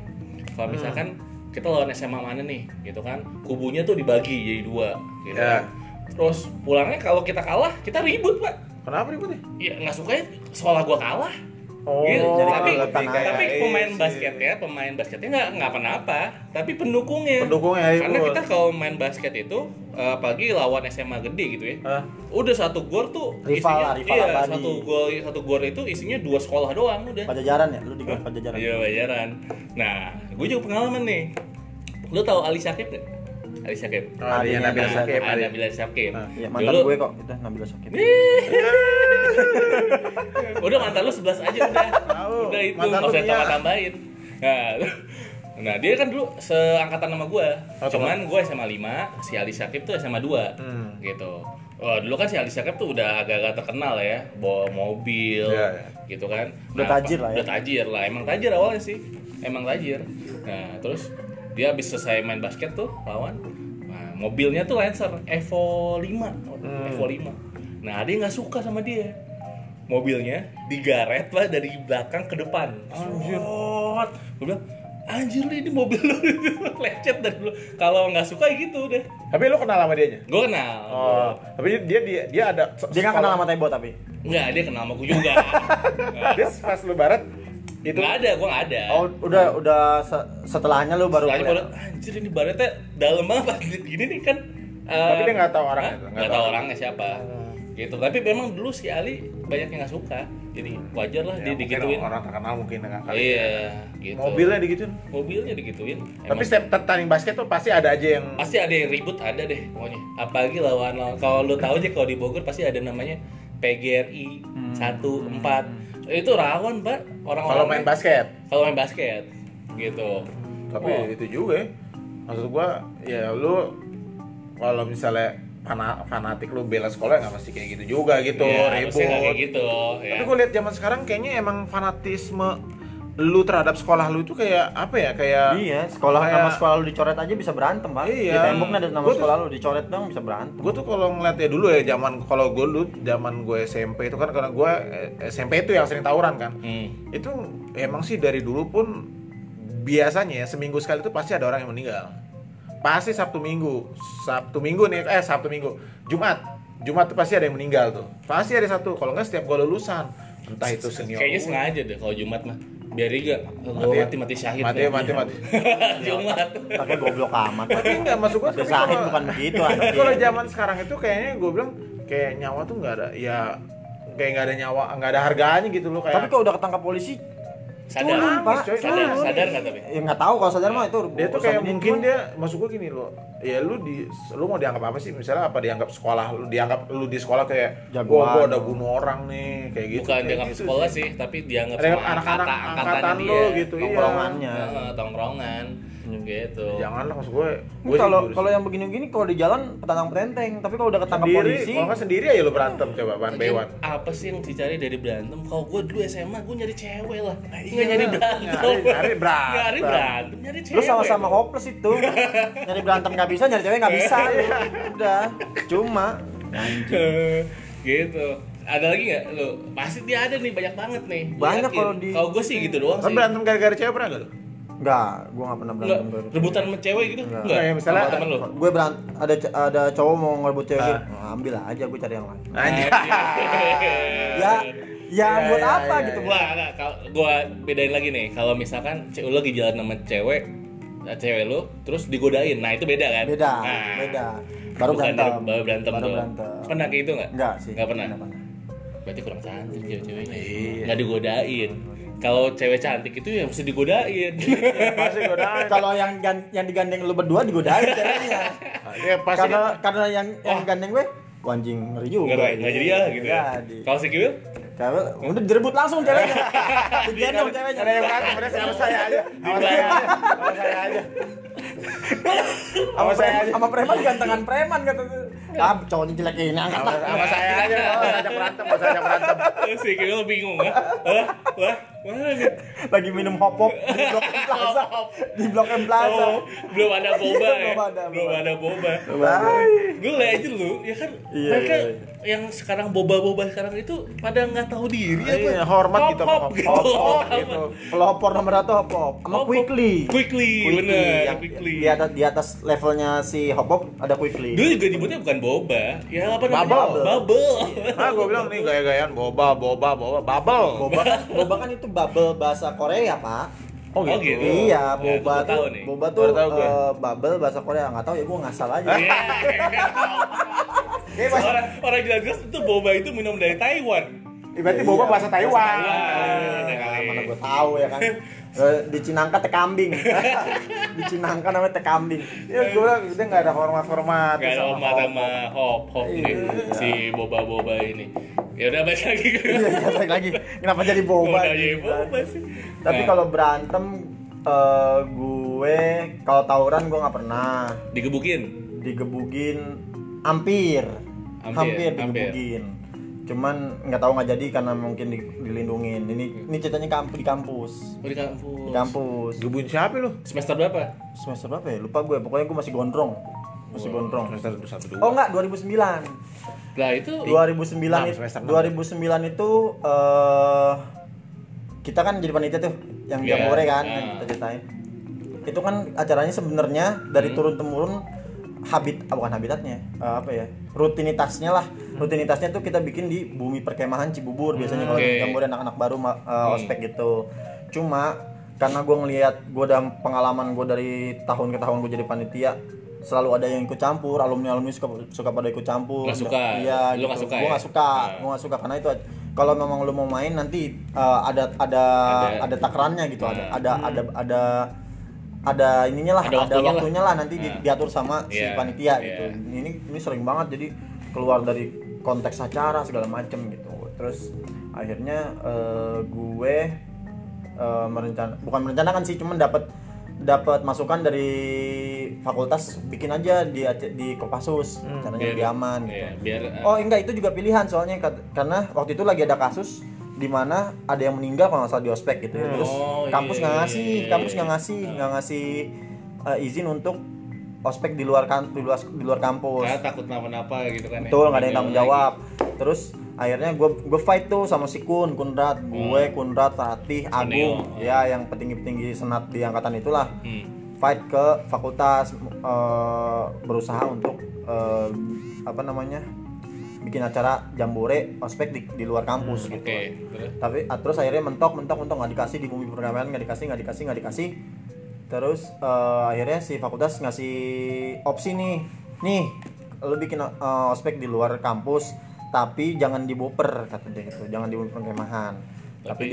Speaker 1: Kalau misalkan kita lawan SMA mana nih, gitu kan? Kubunya tuh dibagi jadi dua, gitu. kan.
Speaker 3: Ya.
Speaker 1: Terus pulangnya kalau kita kalah kita ribut pak.
Speaker 3: kenapa ribut nih
Speaker 1: Ya nggak sukanya sekolah gue kalah.
Speaker 3: Oh,
Speaker 1: Gitu.
Speaker 4: Iya, jadi
Speaker 1: tapi
Speaker 4: kalau kayak gitu.
Speaker 1: tapi pemain
Speaker 3: sih.
Speaker 1: basketnya pemain basketnya nggak nggak apa-apa tapi pendukungnya
Speaker 3: Pendukungnya
Speaker 4: iya,
Speaker 3: ya,
Speaker 1: karena
Speaker 3: Ibu.
Speaker 1: kita kalau main basket itu eh, apalagi lawan SMA gede gitu ya
Speaker 3: Hah?
Speaker 1: udah satu gor tuh
Speaker 4: Rival
Speaker 1: isinya
Speaker 4: lah, rival
Speaker 1: iya,
Speaker 4: abadi.
Speaker 1: satu gor satu gor itu isinya dua sekolah doang udah
Speaker 4: pajajaran ya lu di grup pajajaran
Speaker 1: iya bayaran nah gue juga pengalaman nih lu tahu Ali Syakib nggak Ali Syakib
Speaker 3: Oh, dia
Speaker 4: Tadinya
Speaker 3: Nabila
Speaker 4: ada-
Speaker 3: Syakib
Speaker 1: ada
Speaker 3: tadi.
Speaker 1: Nabila Syakib
Speaker 3: Ah,
Speaker 4: Iya, mantan
Speaker 1: Dulu-
Speaker 4: gue kok itu Nabila Syakib
Speaker 1: udah mantan lu 11 aja udah
Speaker 3: Tahu.
Speaker 1: udah itu
Speaker 3: Mantan
Speaker 1: nggak
Speaker 3: lu
Speaker 1: usah
Speaker 3: Mia.
Speaker 1: tambah tambahin nah nah dia kan dulu seangkatan sama gue
Speaker 3: Oh,
Speaker 1: cuman gue SMA 5 si Ali Syakib tuh SMA 2
Speaker 3: Hmm.
Speaker 1: gitu Oh, dulu kan si Ali Syakib tuh udah agak-agak terkenal ya bawa mobil
Speaker 3: Iya, iya.
Speaker 1: gitu kan
Speaker 4: Udah tajir lah ya.
Speaker 1: udah tajir lah emang tajir awalnya sih emang tajir nah terus dia habis selesai main basket tuh lawan nah, mobilnya tuh Lancer Evo 5
Speaker 3: Hmm.
Speaker 1: Evo 5 nah dia nggak suka sama dia mobilnya digaret lah dari belakang ke depan anjir gue bilang anjir lu, ini mobil lu lecet dari dulu kalau nggak suka ya gitu deh
Speaker 3: tapi lu kenal sama dianya
Speaker 1: gue kenal
Speaker 3: oh tapi dia dia dia ada se-
Speaker 4: dia nggak kenal
Speaker 3: sekolah-
Speaker 4: sama Tebo tapi
Speaker 1: nggak dia kenal sama gue juga
Speaker 3: dia pas lu barat itu Ya,
Speaker 1: nggak ada gue nggak ada
Speaker 4: oh udah udah se- setelahnya lu baru
Speaker 1: Selain
Speaker 4: kelihatan.
Speaker 1: Iya. baru, anjir ini baratnya dalam banget gini nih kan.
Speaker 3: Tapi
Speaker 1: eh,
Speaker 3: dia nggak tahu orangnya,
Speaker 1: hah?
Speaker 3: nggak
Speaker 1: Nggak
Speaker 3: tahu
Speaker 1: tahu orangnya siapa. Gitu. Tapi memang dulu si Ali banyak yang nggak suka. Jadi wajar lah
Speaker 3: Ya,
Speaker 1: dia
Speaker 3: mungkin
Speaker 1: digituin.
Speaker 3: orang terkenal mungkin dengan kali ya.
Speaker 1: Iya, gitu.
Speaker 3: mobilnya digituin
Speaker 1: mobilnya digituin.
Speaker 3: tapi
Speaker 1: Emang
Speaker 3: setiap tanding basket tuh pasti ada aja yang
Speaker 1: pasti ada yang ribut ada deh pokoknya. Apalagi lawan lawan kalau lu tahu aja kalau di Bogor pasti ada namanya PGRI 14. Itu rawan, Pak. Orang-orang
Speaker 3: Hmm. kalau main basket
Speaker 1: kalau main basket gitu.
Speaker 3: tapi
Speaker 1: Wah.
Speaker 3: itu juga ya. maksud gua ya lu kalau misalnya fana- fanatik lu bela sekolah nggak mesti kayak gitu juga gitu
Speaker 1: Iya, harusnya
Speaker 3: ribut
Speaker 1: nggak kayak gitu. ya.
Speaker 3: tapi gua lihat zaman sekarang kayaknya emang fanatisme lu terhadap sekolah lu itu kayak apa ya kayak
Speaker 4: Iya, sekolah
Speaker 3: kayak-
Speaker 4: nama sekolah lu dicoret aja bisa berantem, Pak.
Speaker 3: Iya.
Speaker 4: Di tembok ada nama
Speaker 3: Gua tuh-
Speaker 4: sekolah lu dicoret dong bisa berantem.
Speaker 3: gue tuh kalau ngeliat ya dulu ya zaman kalau gue dulu zaman gue SMP itu kan karena gue eh, SMP itu yang sering tawuran kan
Speaker 1: Hmm.
Speaker 3: itu emang sih dari dulu pun biasanya ya seminggu sekali itu pasti ada orang yang meninggal pasti Sabtu Minggu Sabtu Minggu nih eh Sabtu Minggu Jumat Jumat tuh pasti ada yang meninggal tuh pasti ada satu kalau nggak setiap gue lulusan entah itu senior
Speaker 1: Kayaknya
Speaker 3: gua.
Speaker 1: sengaja deh kalau Jumat mah. Biar dia
Speaker 3: Mati ya?
Speaker 1: mati mati syahid.
Speaker 3: mati
Speaker 1: kan.
Speaker 3: mati mati
Speaker 1: Jumat.
Speaker 4: Tapi goblok amat. Pak.
Speaker 3: tapi nggak masuk gue
Speaker 4: Tapi Sahid bukan begitu anjing.
Speaker 3: kalau zaman sekarang itu kayaknya gue bilang kayak nyawa tuh nggak ada ya kayak nggak ada nyawa nggak ada harganya gitu loh kayak
Speaker 4: Tapi kalau udah ketangkap polisi,
Speaker 1: Sadar.
Speaker 4: Turun, Pak.
Speaker 1: Sadar, Sadar,
Speaker 4: Turun.
Speaker 1: sadar nggak tapi? Iya.
Speaker 4: ya nggak tahu kalau sadar mah itu
Speaker 3: dia tuh
Speaker 4: urusan
Speaker 3: kayak
Speaker 4: dia.
Speaker 3: mungkin
Speaker 4: Cuman
Speaker 3: dia masuk gue gini loh ya lu di lu mau dianggap apa sih misalnya apa dianggap sekolah lu dianggap lu di sekolah kayak
Speaker 4: Jagoan.
Speaker 3: gua gua udah bunuh orang nih kayak gitu
Speaker 1: Bukan
Speaker 3: kayak
Speaker 1: dianggap
Speaker 3: gitu
Speaker 1: sekolah
Speaker 3: sih.
Speaker 1: sih, tapi dianggap
Speaker 3: Ada
Speaker 1: sama
Speaker 3: anak-anak
Speaker 1: angkata-
Speaker 3: angkatan
Speaker 1: angkatannya
Speaker 3: lu
Speaker 1: dia.
Speaker 3: gitu iya Hmm.
Speaker 4: tongkrongannya.
Speaker 1: Heeh, tongkrongan gitu.
Speaker 3: janganlah maksud gue
Speaker 4: Ini kalau kalau yang begini-gini kalau di jalan petantang petenteng, tapi kalau udah ketangkap
Speaker 3: sendiri
Speaker 4: polisi,
Speaker 3: kalau nggak sendiri aja lu berantem coba ban
Speaker 1: Lagian,
Speaker 3: bewan
Speaker 1: apa sih yang dicari dari berantem? Kalau gue dulu SMA, gue nyari cewek lah. Nggak
Speaker 3: iya
Speaker 1: nyari
Speaker 3: lah.
Speaker 1: berantem.
Speaker 3: Nyari- nyari berantem.
Speaker 1: Nyari berantem, nyari cewek.
Speaker 4: lu sama-sama hopeless itu. nyari berantem nggak bisa, nyari cewek nggak
Speaker 3: Iya.
Speaker 4: bisa. lu. Udah, cuma
Speaker 1: Eh, gitu. Ada lagi nggak lu? Pasti dia ada nih, banyak banget nih. Gua
Speaker 4: Banyak
Speaker 1: yakin.
Speaker 4: kalau di-
Speaker 1: Kalau gue sih gitu doang sih.
Speaker 3: kan berantem gara-gara cewek pernah gak lu
Speaker 4: nggak, gua nggak pernah
Speaker 1: Nggak,
Speaker 4: berantem.
Speaker 1: rebutan sama cewek gitu?
Speaker 4: Nggak.
Speaker 1: Nggak.
Speaker 3: Kayak misalnya-
Speaker 1: Sama temen lu.
Speaker 4: gue berant ada ce- ada cowok mau ngerebut cewek
Speaker 3: Ah.
Speaker 4: gue, "Nah, ambil aja gue cari yang lain
Speaker 3: anjir
Speaker 4: ya ya
Speaker 3: Ya,
Speaker 4: buat
Speaker 3: ya,
Speaker 4: apa
Speaker 3: ya,
Speaker 4: gitu
Speaker 3: ya.
Speaker 4: gua
Speaker 1: Wah, nggak, kalau gua bedain lagi nih. Kalau misalkan ce- lu lagi jalan sama cewek, eh, cewek lu terus digodain. Nah, itu beda kan?
Speaker 4: beda
Speaker 1: Nah,
Speaker 4: beda baru
Speaker 1: bukan
Speaker 4: berantem
Speaker 1: dari- Baru berantem.
Speaker 4: baru
Speaker 1: doang.
Speaker 4: berantem
Speaker 1: Pernah kayak gitu nggak?
Speaker 4: enggak sih Iya.
Speaker 1: Nggak pernah.
Speaker 4: Nggak
Speaker 1: Berarti kurang cantik cewek-ceweknya. Nggak digodain. Kalau cewek cantik itu ya mesti digodain.
Speaker 3: pasti godaan
Speaker 4: kalau yang gan- yang digandeng lu berdua digodain ceweknya
Speaker 3: ya pasti
Speaker 4: karena karena yang yang gandeng gue "Wah, anjing ngeri juga
Speaker 1: Nggak nggak jadi ya gitu ya.
Speaker 4: Jadi.
Speaker 1: Kalau si Kiwil?
Speaker 4: cewek udah direbut langsung ceweknya digandeng ceweknya
Speaker 3: ada yang berantem ada sama saya aja sama saya aja sama saya aja
Speaker 4: sama
Speaker 3: sama saya
Speaker 4: preman-
Speaker 3: aja
Speaker 4: sama preman gantengan preman kata gue. ah cowoknya jelek ini angkat
Speaker 3: sama sama saya aja nggak usah ajak berantem nggak usah ajak berantem
Speaker 1: si Kiwil bingung ya. Wah, wah, mana nih?
Speaker 4: lagi minum hop hop di blok M plaza di blok M plaza
Speaker 1: Oh, belum ada boba ya.
Speaker 4: Belum ada,
Speaker 1: Belum
Speaker 4: belum
Speaker 1: ada boba.
Speaker 4: Bye.
Speaker 1: Gue aja lu, ya kan
Speaker 4: Iya,
Speaker 1: mereka
Speaker 4: iya,
Speaker 1: yang sekarang boba-boba sekarang itu pada nggak tahu diri
Speaker 3: Iya, hormat gitu sama
Speaker 1: Hop-hop
Speaker 3: hop-
Speaker 1: gitu.
Speaker 3: hop-hop
Speaker 1: Hop-hop.
Speaker 3: gitu.
Speaker 4: pelopor nomor satu hop hop sama
Speaker 1: Hop-hop.
Speaker 4: quickly
Speaker 1: Quickly, bener, quickly.
Speaker 4: di atas di atas levelnya si hop hop ada quickly
Speaker 1: Dulu juga nyebutnya bukan boba, ya apa namanya?
Speaker 3: Bubble.
Speaker 1: Bubble. Ya.
Speaker 3: Nah, gue bilang nih gaya-gayaan boba, boba, boba, bubble.
Speaker 4: boba kan boba kan itu bubble bahasa Korea pak
Speaker 1: Oh gitu. Ya,
Speaker 4: iya
Speaker 1: gua
Speaker 4: boba
Speaker 1: tahu
Speaker 4: tuh
Speaker 1: nih.
Speaker 4: boba tuh
Speaker 3: Baru tahu gue.
Speaker 4: eh, bubble bahasa Korea nggak tahu ya gue ngasal aja
Speaker 1: Iya. orang orang jelas-jelas itu boba itu minum dari Taiwan. Ah, iya,
Speaker 3: Eh, berarti boba bahasa Taiwan.
Speaker 1: Taiwan.
Speaker 4: Ya, mana gue tahu ya kan Eh, di Cinangka teh kambing di Cinangka namanya teh kambing
Speaker 3: Ya gue bilang dia nggak ada hormat-hormat.
Speaker 1: Gak ada
Speaker 3: sama
Speaker 1: hormat
Speaker 3: hop.
Speaker 1: sama hop hop nih si boba boba ini. Ya udah balik lagi ke
Speaker 4: iya iya balik lagi kenapa jadi boba gitu kan?
Speaker 1: Udah, ya, boba sih.
Speaker 4: tapi
Speaker 1: Nah,
Speaker 4: kalau berantem eh, gue kalau tawuran gue nggak pernah
Speaker 1: digebukin
Speaker 4: digebugin hampir
Speaker 1: Hampir,
Speaker 4: hampir,
Speaker 1: hampir.
Speaker 4: digebugin cuman nggak tahu nggak jadi karena mungkin di- dilindungin ini ini ceritanya kamp di kampus
Speaker 1: Oh, di kampus.
Speaker 4: di kampus
Speaker 3: Gebuin siapa lu?
Speaker 1: Semester berapa?
Speaker 4: semester berapa ya lupa gue pokoknya gue masih gondrong masih gondrong
Speaker 3: Semester satu dua.
Speaker 4: oh enggak 2009
Speaker 1: Lah itu
Speaker 4: 2009
Speaker 3: Enam,
Speaker 4: itu-
Speaker 3: semester
Speaker 4: 2009
Speaker 3: enam.
Speaker 4: itu eh kita kan jadi panitia tuh yang
Speaker 1: Iya,
Speaker 4: Jamore kan
Speaker 1: iya.
Speaker 4: yang kita ceritain. Itu kan acaranya sebenarnya
Speaker 1: Hmm.
Speaker 4: dari turun temurun habit ah, bukan habitatnya eh, apa ya rutinitasnya lah
Speaker 1: Hmm.
Speaker 4: rutinitasnya tuh kita bikin di bumi perkemahan Cibubur biasanya kalau
Speaker 1: Hmm, oke. Hmm.
Speaker 4: di Jamore anak-anak baru ma- eh, ospek gitu cuma karena gue ngelihat gue dan pengalaman gue dari tahun ke tahun gue jadi panitia selalu ada yang ikut campur alumni alumni suka suka pada ikut campur
Speaker 1: Nggak suka.
Speaker 4: iya
Speaker 1: Lu nggak suka
Speaker 4: gue
Speaker 1: ya?
Speaker 4: nggak suka
Speaker 1: Nah.
Speaker 4: gue nggak suka karena itu kalau memang lu mau main nanti uh, ada ada
Speaker 1: Ada.
Speaker 4: ada, takrannya gitu ada
Speaker 1: Nah.
Speaker 4: ada ada ada ada ininya
Speaker 1: Ada
Speaker 4: lah ada,
Speaker 1: waktunya lah.
Speaker 4: waktunya lah, nanti di-
Speaker 1: Nah.
Speaker 4: diatur sama
Speaker 1: Iya,
Speaker 4: si
Speaker 1: iya.
Speaker 4: panitia gitu ini ini sering banget jadi keluar dari konteks acara segala macem gitu terus akhirnya eh, gue eh, merencana bukan merencanakan sih cuman dapat dapat masukan dari fakultas bikin aja di di Kopassus caranya
Speaker 1: biar-
Speaker 4: lebih aman gitu.
Speaker 1: Iya, biar eh,
Speaker 4: Oh enggak itu juga pilihan soalnya kat- karena waktu itu lagi ada kasus di mana ada yang meninggal kalau nggak salah di ospek gitu ya. Terus
Speaker 1: Oh, iya,
Speaker 4: kampus nggak
Speaker 1: iya,
Speaker 4: ngasih,
Speaker 1: iya, iya.
Speaker 4: kampus nggak ngasih, nggak ngasih eh, izin untuk ospek di luar kan di luar di luar kampus.
Speaker 1: Karena takut napa-napa gitu kan. ya.
Speaker 4: Betul, nggak ada yang tanggung
Speaker 1: Lagi.
Speaker 4: jawab. Terus akhirnya gue gue fight tuh sama si Kun, Kunrat,
Speaker 1: Hmm.
Speaker 4: gue, Kunrat, Ratih, Agung,
Speaker 1: Neo.
Speaker 4: ya yang petinggi-petinggi senat di angkatan itulah
Speaker 1: Hmm.
Speaker 4: fight ke fakultas eh, berusaha untuk eh, apa namanya bikin acara jambore ospek di, di luar kampus
Speaker 1: Hmm, Oke,
Speaker 4: gitu
Speaker 1: terus
Speaker 4: tapi ah, terus akhirnya mentok mentok mentok nggak dikasih di bumi pergambaran nggak dikasih nggak dikasih nggak dikasih terus eh, akhirnya si fakultas ngasih opsi nih nih lo bikin eh, ospek di luar kampus tapi jangan di boper kata dia gitu jangan di bumi perkemahan tapi,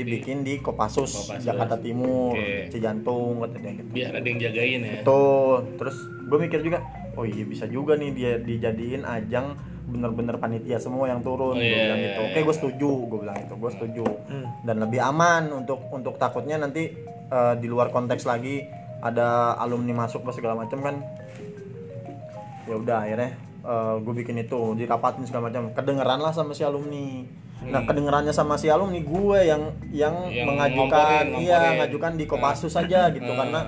Speaker 1: Tapi di-
Speaker 4: dibikin di Kopassus,
Speaker 1: Kopassus.
Speaker 4: Jakarta Timur
Speaker 1: Oke.
Speaker 4: Cijantung kata dia gitu
Speaker 1: biar ada yang jagain ya.
Speaker 4: Betul. Terus gue mikir juga, oh iya bisa juga nih dia dijadiin ajang bener-bener panitia semua yang turun.
Speaker 1: Oh,
Speaker 4: Gua
Speaker 1: iya,
Speaker 4: bilang
Speaker 1: iya,
Speaker 4: gitu.
Speaker 1: iya.
Speaker 4: Oke, gue setuju. Gue bilang itu, gue setuju. Dan lebih aman untuk untuk takutnya nanti eh, di luar konteks lagi ada alumni masuk apa segala macam kan. Ya udah akhirnya gue bikin itu dirapatin segala macam. Kedengeran lah sama si alumni. Nah kedengerannya sama si alumni gue yang yang,
Speaker 1: Hmm. Yang
Speaker 4: mengajukan,
Speaker 1: ngomporin,
Speaker 4: iya
Speaker 1: ngomporin.
Speaker 4: ngajukan di Kopassus saja gitu
Speaker 1: Nah.
Speaker 4: karena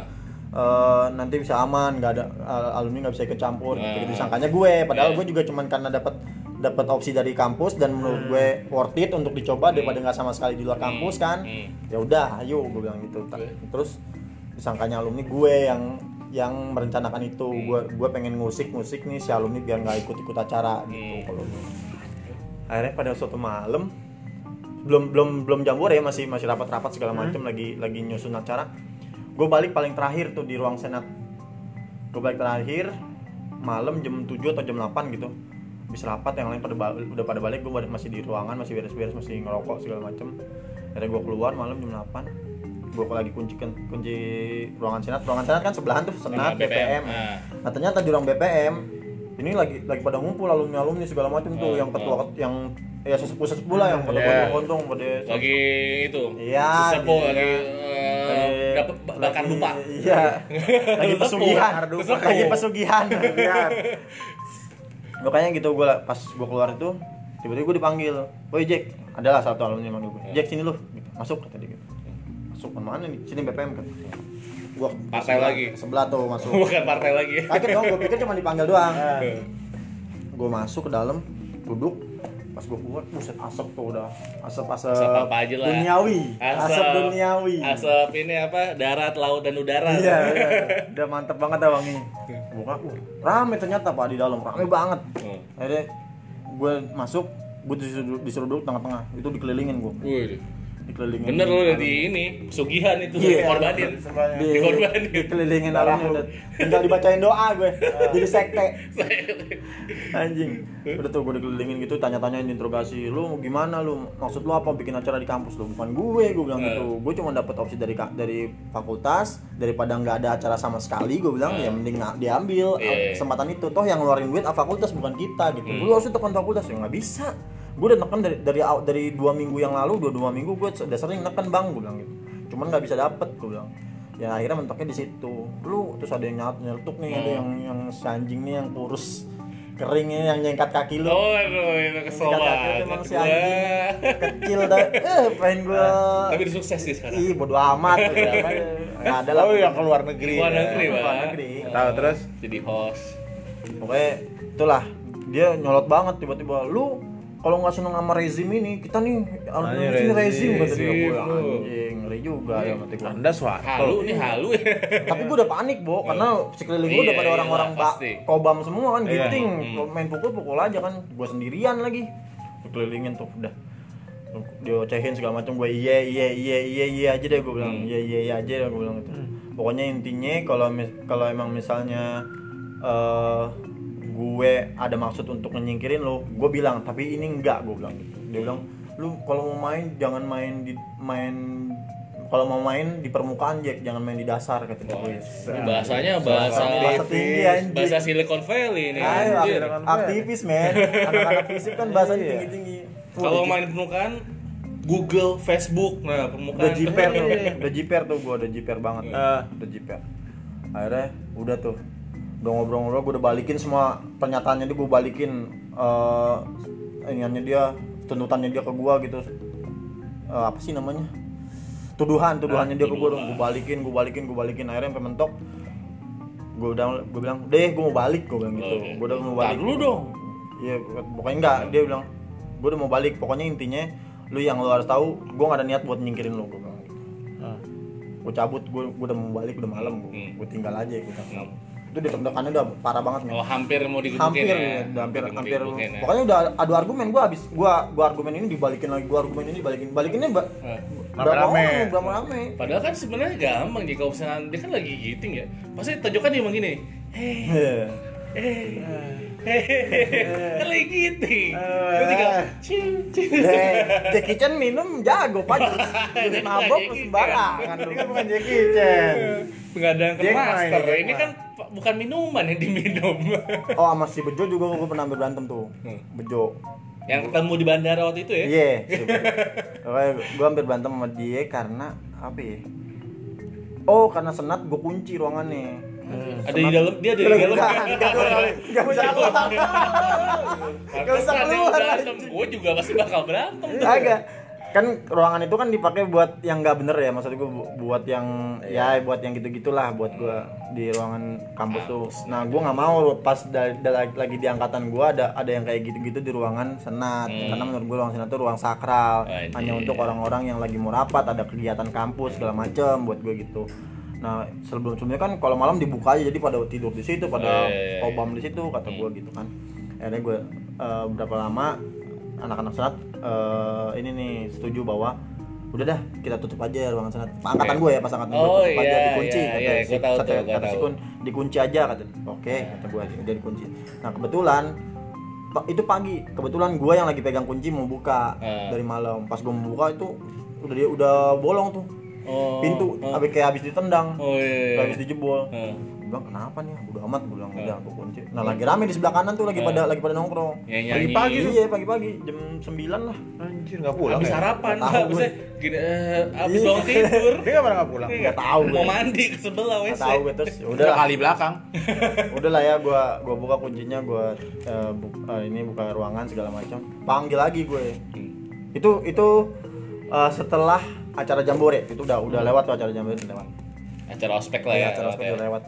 Speaker 4: eh, nanti bisa aman nggak ada al- alumni nggak bisa ikut campur gitu,
Speaker 1: Nah.
Speaker 4: disangkanya gue padahal
Speaker 1: Iya.
Speaker 4: gue juga cuman karena dapat dapat opsi dari kampus dan menurut gue worth it untuk dicoba daripada nggak sama sekali di luar kampus kan
Speaker 1: Hmm. Hmm.
Speaker 4: ya udah ayo gue bilang gitu Ta-
Speaker 1: Oke.
Speaker 4: terus disangkanya alumni gue yang yang merencanakan itu
Speaker 1: Hmm.
Speaker 4: gue gue pengen ngusik ngusik nih si alumni biar nggak ikut ikut acara gitu
Speaker 1: Hmm.
Speaker 4: kalau gue. akhirnya pada suatu malam belum belum belum jambore ya masih masih rapat rapat segala
Speaker 1: Hmm.
Speaker 4: macam lagi lagi nyusun acara gue balik paling terakhir tuh di ruang senat gue balik terakhir malam jam 7 atau jam 8 gitu habis rapat yang lain pada ba- udah pada balik gue masih di ruangan masih beres-beres masih ngerokok segala macem akhirnya gue keluar malam jam 8 gue lagi kunci kunci ruangan senat ruangan senat kan sebelahan tuh senat
Speaker 1: Sama BPM.
Speaker 4: BPM,
Speaker 1: Nah.
Speaker 4: Nah ternyata di ruang BPM ini lagi lagi pada ngumpul alumni alumni segala macam tuh
Speaker 1: Hmm,
Speaker 4: yang ketua yang ya sesepuh sesepuh lah yang pada
Speaker 1: Iya.
Speaker 4: yeah. gondong pada
Speaker 1: Lagi itu.
Speaker 4: Iya,
Speaker 1: Sesepuh
Speaker 4: iya.
Speaker 1: lagi eh,
Speaker 4: eh,
Speaker 1: dapat ba- bakar
Speaker 4: lagi-
Speaker 1: dupa.
Speaker 4: Iya. Lagi
Speaker 1: Sesepuh.
Speaker 4: pesugihan.
Speaker 1: Sesepuh.
Speaker 4: Lagi pesugihan. Makanya gitu gue pas gue keluar itu tiba-tiba gue dipanggil. Woi Jack, adalah satu alumni yang manggil gue.
Speaker 1: Iya.
Speaker 4: Jack sini lu, Gitu. masuk kata dia. gitu. Masuk mana nih? Sini BPM kan. Gua ke
Speaker 1: Partai
Speaker 4: sebelah-
Speaker 1: lagi.
Speaker 4: ke Sebelah tuh masuk.
Speaker 1: Bukan partai lagi.
Speaker 4: Kaget dong, gue pikir cuma dipanggil doang.
Speaker 1: Iya.
Speaker 4: gue masuk ke dalam, duduk, pas gue keluar, buset asap tuh udah asap-asap
Speaker 1: Asap apa aja lah.
Speaker 4: duniawi, asap, duniawi,
Speaker 1: Asap ini apa? Darat, laut dan udara.
Speaker 4: iya, iya. udah mantep banget dah wanginya. Buka, wah, rame ternyata pak di dalam, rame banget.
Speaker 1: Hmm.
Speaker 4: Akhirnya gue masuk, gue disuruh, disuruh duduk tengah-tengah, itu dikelilingin gue,
Speaker 1: Wih.
Speaker 4: dikelilingin.
Speaker 1: Bener lo udah di ini, sugihan itu
Speaker 4: Iya.
Speaker 1: korbanin.
Speaker 4: di,
Speaker 1: dikorbanin.
Speaker 4: dikelilingin alumni udah tinggal dibacain doa gue jadi sekte anjing udah tuh gue dikelilingin gitu tanya-tanya interogasi lu gimana lu maksud lu apa bikin acara di kampus lu bukan gue gue bilang gitu
Speaker 1: Eh.
Speaker 4: gue cuma dapat opsi dari ka- dari fakultas daripada nggak ada acara sama sekali gue bilang ya mending nggak diambil
Speaker 1: Eh. Iya.
Speaker 4: kesempatan itu toh yang ngeluarin duit ah, fakultas bukan kita gitu
Speaker 1: Hmm.
Speaker 4: lu harus tekan fakultas ya nggak bisa gue udah neken dari dari aw- dari dua minggu yang lalu dua dua minggu gue udah sering neken bang gue bilang gitu cuman nggak bisa dapet gue bilang ya akhirnya mentoknya di situ lu terus ada yang nyat nyeletuk nih ada yang
Speaker 1: Hmm.
Speaker 4: yang si anjing nih yang kurus keringnya yang nyengkat kaki lu
Speaker 1: Oh, aduh, itu kesel
Speaker 4: Nyengkat
Speaker 1: banget.
Speaker 4: kaki lu tuh emang si
Speaker 1: Gua-
Speaker 4: anjing kecil dah eh iya. pengen gue
Speaker 1: Ah, Tapi udah sukses sih sekarang. iya,
Speaker 4: ih bodo amat nggak ada lah
Speaker 3: Oh yang ke luar negeri.
Speaker 1: Luar negeri,
Speaker 4: Luar
Speaker 1: Bang.
Speaker 4: negeri.
Speaker 3: Tahu, terus?
Speaker 1: Jadi host.
Speaker 4: Pokoknya itulah dia nyolot banget tiba-tiba lu kalau nggak seneng sama rezim ini kita nih harus
Speaker 3: Makanya
Speaker 4: sini rezim kata
Speaker 3: rezim,
Speaker 4: dia
Speaker 1: rezim, Iya,
Speaker 4: Wah,
Speaker 1: lu.
Speaker 4: anjing ngeri juga ya mati gua.
Speaker 3: Anda
Speaker 4: Oh.
Speaker 3: suatu. Iya.
Speaker 1: Halu nih halu ya.
Speaker 4: tapi gue udah panik bo karena sekeliling gue udah
Speaker 1: Iya,
Speaker 4: pada
Speaker 1: iya,
Speaker 4: orang-orang bak
Speaker 1: pasti.
Speaker 4: kobam semua kan
Speaker 3: Iya.
Speaker 4: giting main pukul-pukul aja kan gue sendirian lagi kelilingin tuh udah diocehin segala macam gue iya iya iya iya iya aja deh gue
Speaker 3: Hmm.
Speaker 4: bilang iya iya iya aja deh gue bilang gitu pokoknya intinya kalau mis- kalau emang misalnya eh gue ada maksud untuk menyingkirin lo gue bilang tapi ini enggak gue bilang gitu dia bilang lu kalau mau main jangan main di main kalau mau main di permukaan Jack jangan main di dasar kata
Speaker 1: Wah,
Speaker 3: Oh, iya
Speaker 4: gue
Speaker 1: ini bahasanya bahasa
Speaker 4: bahasa tinggi anjing
Speaker 1: bahasa Silicon Valley nih.
Speaker 4: Ayo,
Speaker 1: anjir.
Speaker 4: ak- aktivis men anak-anak fisip kan bahasanya
Speaker 3: Iya.
Speaker 4: tinggi-tinggi Fuh,
Speaker 1: Kalau
Speaker 4: di-
Speaker 1: main permukaan Google, Facebook, nah permukaan.
Speaker 4: udah Gitu. jiper tuh udah jiper tuh gue udah jiper banget
Speaker 1: Iya.
Speaker 3: Eh.
Speaker 4: udah jiper akhirnya udah tuh udah ngobrol-ngobrol gue udah balikin semua pernyataannya dia gue balikin eh iniannya dia tuntutannya dia ke gue gitu eh, apa sih namanya tuduhan tuduhannya dia ke gue
Speaker 1: tuduhan.
Speaker 4: gue balikin gue balikin gue balikin akhirnya sampai mentok gue udah gue bilang deh gue mau balik gue bilang gitu
Speaker 1: Oke.
Speaker 4: gue udah mau
Speaker 1: Tar
Speaker 4: balik
Speaker 1: dulu dong.
Speaker 4: Iya, pokoknya enggak. Dia bilang, gue udah mau balik. Pokoknya intinya, lu yang lu harus tahu, gue gak ada niat buat nyingkirin lu. Gue bilang gitu.
Speaker 3: Ah,
Speaker 4: Gue cabut, gue gue udah mau balik, udah malam. Gue
Speaker 1: Hmm.
Speaker 4: gue tinggal aja, gue tinggal. Itu ditekan-tekannya udah parah banget nih.
Speaker 1: Oh, hampir mau digebukin
Speaker 4: Iya. hampir, iya.
Speaker 1: ya.
Speaker 4: udah hampir,
Speaker 1: mau
Speaker 4: hampir.
Speaker 1: digebukin ya.
Speaker 4: Pokoknya udah adu argumen, gue habis, gue gue argumen ini dibalikin lagi, gue argumen ini dibalikin, balikinnya mbak.
Speaker 1: Nah,
Speaker 3: Rame-rame.
Speaker 4: rame-rame.
Speaker 1: Padahal kan sebenarnya gampang jika misalnya dia kan lagi giting ya. Pasti tunjukkan dia Eh, begini. Hei,
Speaker 4: Iya.
Speaker 1: hei, hei, kan lagi giting.
Speaker 4: Eh.
Speaker 1: Lu tinggal cium, cium.
Speaker 4: Deh, Eh, Jackie Chan minum jago pajus,
Speaker 1: Jadi
Speaker 4: jadi
Speaker 1: kayak
Speaker 4: mabok
Speaker 1: gitu.
Speaker 4: sembarangan lu.
Speaker 3: Ini kan bukan Jackie Chan.
Speaker 1: Iya. Pengadaan ke
Speaker 3: Jack Ma,
Speaker 1: master.
Speaker 3: Jack
Speaker 1: Ini
Speaker 3: Ma.
Speaker 1: kan pa- bukan minuman yang diminum.
Speaker 4: Oh sama si Bejo juga gue pernah hampir berantem tuh
Speaker 1: Hmm.
Speaker 4: Bejo
Speaker 1: yang ketemu di bandara waktu itu ya.
Speaker 4: Iya si Bejo. Makanya gue hampir berantem sama dia karena apa ya Oh karena senat gue kunci ruangannya
Speaker 1: Ada di dalam, dia ada di dalam.
Speaker 4: Gak bisa keluar Gak usah keluar
Speaker 1: Gue juga pasti bakal berantem.
Speaker 4: Agak kan ruangan itu kan dipakai buat yang nggak bener ya maksud gue buat yang ya buat yang gitu gitulah buat gue di ruangan kampus tuh nah gue nggak mau pas da- da- lagi di angkatan gue ada ada yang kayak gitu gitu di ruangan senat karena menurut gue ruang senat tuh ruang sakral
Speaker 1: Anjir.
Speaker 4: hanya untuk orang-orang yang lagi mau rapat ada kegiatan kampus segala macem buat gue gitu nah sebelum sebelumnya kan kalau malam dibuka aja jadi pada tidur di situ pada
Speaker 1: Eh.
Speaker 4: obam di situ kata gue gitu kan akhirnya gue eh, berapa lama anak-anak senat eh, ini nih setuju bahwa udah dah kita tutup aja ruangan senat angkatan gue ya pas angkatan gue
Speaker 1: Oh,
Speaker 4: tutup aja
Speaker 1: iya,
Speaker 4: dikunci
Speaker 1: iya,
Speaker 4: kata
Speaker 1: iya,
Speaker 4: si,
Speaker 1: gua tahu
Speaker 4: kata,
Speaker 1: tuh, gua
Speaker 4: kata si
Speaker 1: tahu. Iya.
Speaker 4: kun dikunci aja kata oke kata gue udah dikunci nah kebetulan pa- itu pagi kebetulan gue yang lagi pegang kunci mau buka
Speaker 1: Ah.
Speaker 4: dari malam pas gue mau buka itu udah dia udah bolong tuh
Speaker 1: Oh,
Speaker 4: pintu
Speaker 1: oh.
Speaker 4: habis kayak habis ditendang
Speaker 1: Oh iya.
Speaker 4: habis dijebol
Speaker 1: Heeh.
Speaker 4: Gua bilang kenapa nih udah amat gua bilang udah aku kunci nah lagi rame di sebelah kanan tuh lagi pada lagi pada nongkrong
Speaker 1: Ya, nyanyi.
Speaker 4: pagi tuh ya pagi-pagi jam 9 lah
Speaker 3: Anjir nggak pulang.
Speaker 1: Habis
Speaker 3: ya?
Speaker 1: harapan,
Speaker 4: Nggak Iya. tahu, Iya.
Speaker 1: habis gini, eh, habis bangun tidur.
Speaker 3: Dia nggak pernah nggak pulang.
Speaker 1: Nggak
Speaker 4: tahu
Speaker 1: Mau
Speaker 4: gue.
Speaker 1: mandi ke sebelah
Speaker 4: nggak
Speaker 1: WC.
Speaker 4: tahu gue terus ya udah
Speaker 3: Udah
Speaker 4: lah
Speaker 3: kali belakang.
Speaker 4: udah lah ya gue gua buka kuncinya gue ini buka ruangan segala macam panggil lagi gue itu itu eh, setelah acara jambore itu udah udah lewat tuh acara jambore udah lewat
Speaker 1: Acara ospek lah ya.
Speaker 4: Iya, acara
Speaker 1: lewat
Speaker 4: ospek
Speaker 1: ya.
Speaker 4: udah lewat.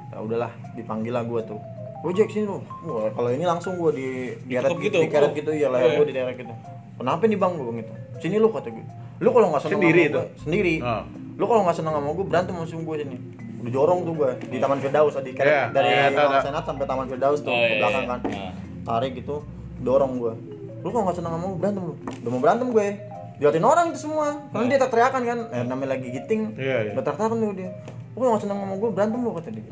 Speaker 4: Ya udahlah, dipanggil lah gue tuh. Gojek sini lu. Wah, kalau ini langsung gue di deret
Speaker 1: Ditekuk gitu,
Speaker 4: di deret
Speaker 1: oh.
Speaker 4: gitu ya
Speaker 1: Iya.
Speaker 4: leher gue di deret gitu. Kenapa nih Bang gue bilang gitu? Sini lu kata gue. Lu kalau nggak seneng
Speaker 3: Sendiri
Speaker 4: sama
Speaker 3: itu?
Speaker 4: gua- sendiri.
Speaker 3: Ah.
Speaker 4: Lu kalau nggak seneng sama gue berantem langsung gue sini. Udah jorong tuh gue di Taman Firdaus tadi Karet-
Speaker 3: Iya,
Speaker 4: dari
Speaker 3: iya, tahu,
Speaker 4: Taman
Speaker 3: tahu.
Speaker 4: Senat sampai Taman Firdaus tuh
Speaker 1: Oh,
Speaker 4: ke
Speaker 1: iya,
Speaker 4: belakang
Speaker 1: iya.
Speaker 4: kan.
Speaker 1: Ah.
Speaker 4: Tarik gitu, dorong gue. Lu kalau nggak seneng sama gue berantem lu. Udah mau berantem gue. Diliatin orang itu semua. Karena dia teriakan kan. Eh, namanya lagi giting.
Speaker 3: Iya, iya.
Speaker 4: Betar-taran tuh dia. Gue gak seneng sama gue berantem lo kata dia.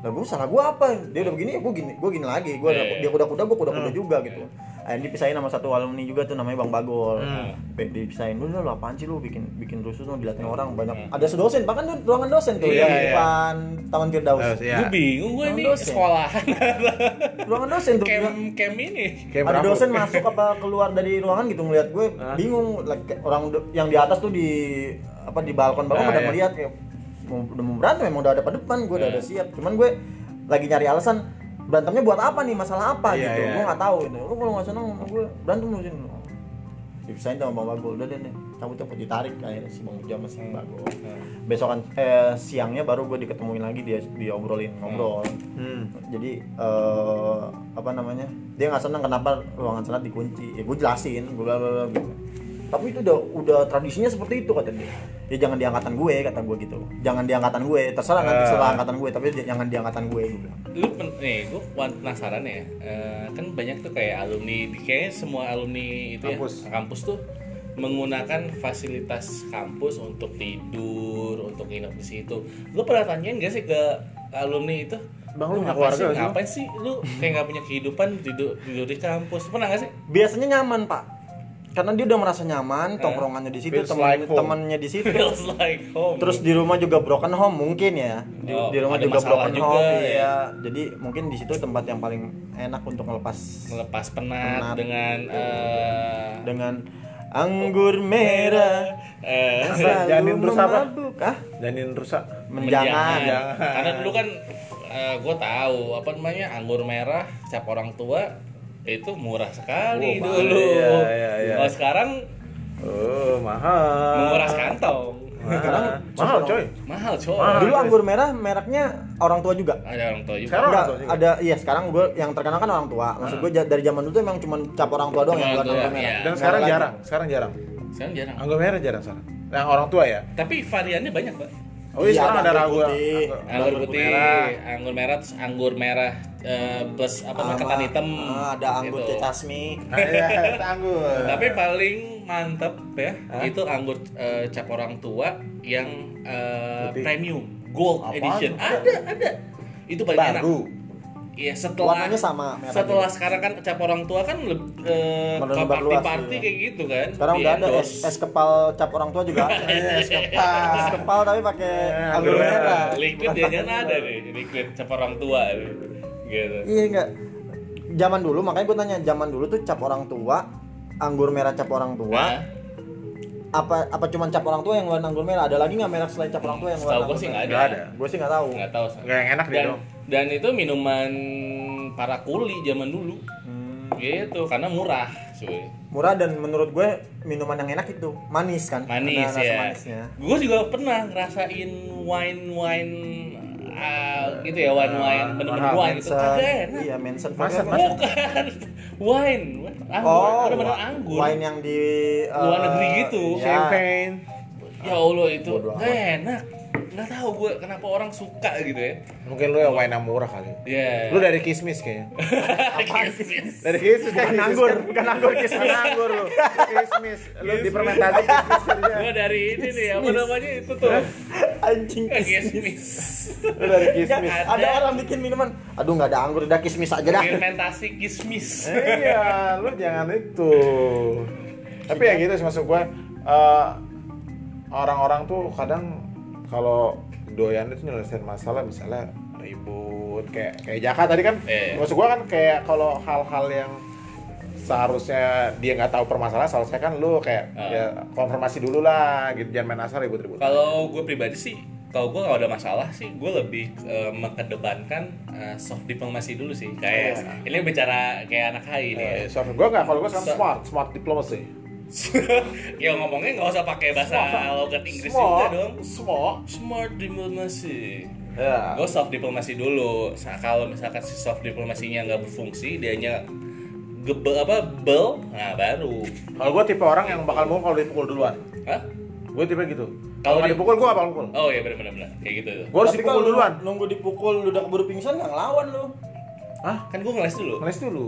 Speaker 4: Lah gue salah gue apa? Dia udah begini ya gue gini, gue gini lagi. Gue
Speaker 1: Iya, iya.
Speaker 4: dia kuda-kuda gue kuda-kuda
Speaker 3: Hmm.
Speaker 4: juga gitu. Akhirnya dipisahin sama satu alumni juga tuh namanya Bang Bagol.
Speaker 3: Hmm.
Speaker 4: Pe- Dipisahin dulu lah apaan sih lu bikin bikin rusuh tuh diliatin orang banyak. Ada sedosen bahkan tuh ruangan dosen tuh
Speaker 3: Hmm. Iya,
Speaker 4: yang di
Speaker 3: iya.
Speaker 4: depan Taman Firdaus.
Speaker 3: Terus ya.
Speaker 1: Gue bingung gue
Speaker 4: Emang
Speaker 1: ini
Speaker 4: dosen? Iya.
Speaker 1: sekolahan
Speaker 4: Ruangan dosen tuh.
Speaker 1: kem
Speaker 4: bilang,
Speaker 1: kem ini.
Speaker 3: Kayak
Speaker 4: ada
Speaker 3: berapa? Eh,
Speaker 4: dosen masuk apa keluar dari ruangan gitu ngeliat gue bingung like, kayak orang do- yang di atas tuh di apa di balkon balkon
Speaker 3: Ah,
Speaker 4: pada
Speaker 3: iya.
Speaker 4: melihat kayak mau, udah mau berantem emang udah ada pada depan gue udah ada siap cuman gue lagi nyari alasan berantemnya buat apa nih masalah apa
Speaker 3: Iya,
Speaker 4: gitu
Speaker 3: iya.
Speaker 4: gue nggak tahu gitu lu kalau nggak seneng sama gue berantem lu sini dipisahin sama bang bagol udah deh nih cabut cabut ditarik akhirnya si bang Uja sama si bagol besokan eh, siangnya baru gue diketemuin lagi dia diobrolin ngobrol
Speaker 3: Hmm.
Speaker 4: jadi eh, apa namanya dia nggak senang kenapa ruangan senat dikunci ya gue jelasin gue bla bla bla gitu tapi itu udah udah tradisinya seperti itu kata dia ya jangan di angkatan gue kata gue gitu jangan di angkatan gue terserah nanti terserah angkatan gue tapi j- jangan di angkatan gue gue bilang
Speaker 1: Lu pen- nih gue penasaran ya. Eh, kan banyak tuh kayak alumni di kayaknya semua alumni itu
Speaker 3: Kampus.
Speaker 1: ya kampus tuh menggunakan fasilitas kampus untuk tidur, untuk nginep di situ. Lu pernah tanyain gak sih ke alumni itu?
Speaker 3: Bang, lu punya
Speaker 1: Apa
Speaker 3: keluarga
Speaker 1: sih,
Speaker 3: gak sih, lu?
Speaker 1: Ngapain sih lu kayak gak punya kehidupan tidur tidur di kampus? Pernah gak sih?
Speaker 4: biasanya nyaman pak karena dia udah merasa
Speaker 1: Eh,
Speaker 4: nyaman tongkrongannya di situ
Speaker 3: Feels
Speaker 4: teman
Speaker 3: like home.
Speaker 4: temannya di situ
Speaker 1: Feels like home.
Speaker 4: Terus di rumah juga broken home mungkin ya. Di,
Speaker 1: Oh,
Speaker 4: di rumah
Speaker 1: ada
Speaker 4: juga
Speaker 1: masalah
Speaker 4: broken
Speaker 1: juga,
Speaker 4: home
Speaker 1: ya.
Speaker 4: ya. Jadi mungkin di situ tempat yang paling enak untuk melepas
Speaker 1: melepas penat,
Speaker 4: Penat.
Speaker 1: dengan eh,
Speaker 4: dengan anggur merah
Speaker 1: eh,
Speaker 4: selalu
Speaker 3: janin terus apa?
Speaker 4: memabuk. Ah,
Speaker 3: Janin rusak.
Speaker 1: Iya,
Speaker 4: menjangan. ya.
Speaker 1: Menjangan. Karena dulu kan gue tahu apa namanya anggur merah cap orang tua itu murah sekali
Speaker 3: Oh,
Speaker 1: dulu.
Speaker 3: iya, Ah. iya, iya.
Speaker 1: Kalau sekarang
Speaker 3: Oh. betul mahal.
Speaker 1: menguras kan? kantong
Speaker 3: Sekarang mahal coy.
Speaker 1: mahal coy
Speaker 3: Mahal.
Speaker 4: Dulu
Speaker 3: Terus.
Speaker 4: anggur merah mereknya orang tua juga.
Speaker 1: ada orang tua juga
Speaker 3: Sekarang
Speaker 4: Enggak,
Speaker 3: orang tua juga.
Speaker 4: ada iya sekarang gue yang terkenal kan orang tua. Maksud
Speaker 1: Ah.
Speaker 4: gue ja- dari zaman dulu tuh emang cuma cap orang tua doang
Speaker 1: Cuma
Speaker 4: yang buat
Speaker 1: orang tua,
Speaker 4: anggur merah.
Speaker 1: iya.
Speaker 3: Dan sekarang
Speaker 4: Nggak
Speaker 3: jarang, sekarang jarang.
Speaker 1: sekarang jarang
Speaker 3: Anggur merah jarang sekarang. Nah, orang tua ya.
Speaker 1: tapi variannya banyak pak
Speaker 3: Oh iya,
Speaker 4: Iya,
Speaker 3: sekarang
Speaker 4: ada
Speaker 3: ada ragu
Speaker 4: anggur putih.
Speaker 3: anggur
Speaker 1: anggur putih
Speaker 3: merah.
Speaker 1: anggur merah terus anggur merah eh, plus apa
Speaker 4: Sama-
Speaker 1: namanya ketan hitam
Speaker 4: ah, ada anggur
Speaker 1: gitu.
Speaker 4: teh tasmi.
Speaker 3: Ah, Iya, ada anggur.
Speaker 1: tapi paling mantep ya itu anggur eh, cap orang tua yang eh,
Speaker 3: Putih.
Speaker 1: premium gold
Speaker 3: Apaan
Speaker 1: edition
Speaker 3: tuh?
Speaker 1: ada ada itu paling
Speaker 3: Baru.
Speaker 1: enak Iya setelah
Speaker 4: Warnanya sama, merah
Speaker 1: setelah sekarang kan cap orang tua kan lebih
Speaker 4: Melebar
Speaker 1: party
Speaker 4: luas,
Speaker 1: party
Speaker 4: iya.
Speaker 1: kayak gitu kan
Speaker 4: Sekarang udah ada
Speaker 1: Diendos.
Speaker 4: es, es kepal cap orang tua juga.
Speaker 1: Iya,
Speaker 3: Es
Speaker 4: es
Speaker 3: kepal.
Speaker 4: kepal tapi pakai
Speaker 3: Eh,
Speaker 4: anggur
Speaker 3: anggur
Speaker 4: merah.
Speaker 3: merah.
Speaker 1: liquid
Speaker 4: Bukan
Speaker 1: jangan
Speaker 4: anggur
Speaker 1: ada
Speaker 4: merah.
Speaker 1: nih liquid cap orang tua nih. gitu
Speaker 4: Iya enggak. Zaman dulu makanya gue tanya zaman dulu tuh cap orang tua anggur merah cap orang tua
Speaker 1: Nah,
Speaker 4: apa apa cuman cap orang tua yang ngeluarin anggur merah ada lagi nggak merek selain cap orang tua yang
Speaker 1: setahu
Speaker 4: ngeluarin
Speaker 1: gue sih nggak ada
Speaker 3: Nggak ada.
Speaker 4: gue sih nggak tahu
Speaker 1: nggak tahu Sa.
Speaker 3: Nggak yang enak deh
Speaker 1: dan,
Speaker 3: dong.
Speaker 1: dan itu minuman para kuli zaman dulu gitu karena murah cuy
Speaker 4: Hmm. murah dan menurut gue minuman yang enak itu manis kan
Speaker 1: manis
Speaker 4: Ada rasa
Speaker 1: ya
Speaker 4: manisnya
Speaker 1: gue juga pernah ngerasain wine wine ah, gitu ya wine wine bener-bener
Speaker 3: mahal,
Speaker 1: wine itu kagak enak
Speaker 4: iya Manson Fagel.
Speaker 3: Masa, masa?
Speaker 1: Bukan wine, anggur,
Speaker 4: oh
Speaker 1: bener-bener
Speaker 4: wa-
Speaker 1: anggur.
Speaker 4: wine yang di eh,
Speaker 1: Luar negeri gitu.
Speaker 4: iya.
Speaker 3: Champagne.
Speaker 1: Ya Allah itu
Speaker 4: Bodoh amat.
Speaker 1: gak enak. Nggak tahu gue kenapa orang suka gitu ya.
Speaker 3: Mungkin lu yang wine yang murah kali.
Speaker 1: Ya.
Speaker 3: Lu dari kismis kayaknya.
Speaker 1: Apaan sih?
Speaker 3: Dari kismis kan
Speaker 4: bukan anggur bukan anggur kismis
Speaker 3: Kismis anggur lu. Kismis. Lu dipermentasi kismis
Speaker 4: Iya.
Speaker 3: kerja.
Speaker 1: Gue dari ini nih apa
Speaker 4: Kismis.
Speaker 1: namanya itu tuh.
Speaker 4: anjing kismis
Speaker 1: Kismis.
Speaker 3: Lu dari
Speaker 4: Nggak,
Speaker 3: kismis.
Speaker 1: Ada.
Speaker 4: ada orang bikin minuman aduh nggak ada anggur udah Eh. kismis aja dah
Speaker 1: Fermentasi kismis.
Speaker 3: iya, lu jangan itu. Tapi ya gitu sih maksud gue. eh, orang-orang tuh kadang kalau doyan itu nyelesain masalah misalnya ribut kayak kayak Jaka tadi kan
Speaker 1: Iya.
Speaker 3: maksud gue kan kayak kalau hal-hal yang seharusnya dia nggak tahu permasalahan seharusnya kan lu kayak
Speaker 1: Ah.
Speaker 3: ya konfirmasi dulu lah gitu jangan main asal ribut-ribut
Speaker 1: Kalau gue pribadi sih, kalau gue kalau ada masalah sih, gue lebih eh, mengedepankan eh, soft diplomasi dulu sih. Kayak ini bicara kayak anak hai nih. ya.
Speaker 3: Eh, soft gue nggak kalau gue sekarang smart smart diplomacy
Speaker 1: ya ngomongnya nggak usah pakai bahasa logat Inggris juga
Speaker 3: smart
Speaker 1: dong.
Speaker 3: smart
Speaker 1: Smart diplomasi.
Speaker 4: Ah.
Speaker 3: ya
Speaker 1: Gue soft diplomasi dulu. Sa- Kalau misalkan si soft diplomasinya nggak berfungsi, dianya gebel apa bel, nah baru.
Speaker 3: kalau gue tipe orang yang bakal mukul kalau dipukul duluan
Speaker 1: Hah?
Speaker 3: gue tipe gitu
Speaker 1: Kalau
Speaker 3: kalau nggak
Speaker 1: di-
Speaker 3: dipukul gue bakal mukul
Speaker 1: Oh iya benar-benar kayak gitu.
Speaker 3: gue harus
Speaker 4: Tapi
Speaker 3: dipukul
Speaker 4: kalau lu
Speaker 3: duluan
Speaker 4: nunggu dipukul lu udah keburu pingsan nggak ngelawan lu
Speaker 3: Hah?
Speaker 1: Kan gue ngeles dulu.
Speaker 3: Ngeles dulu.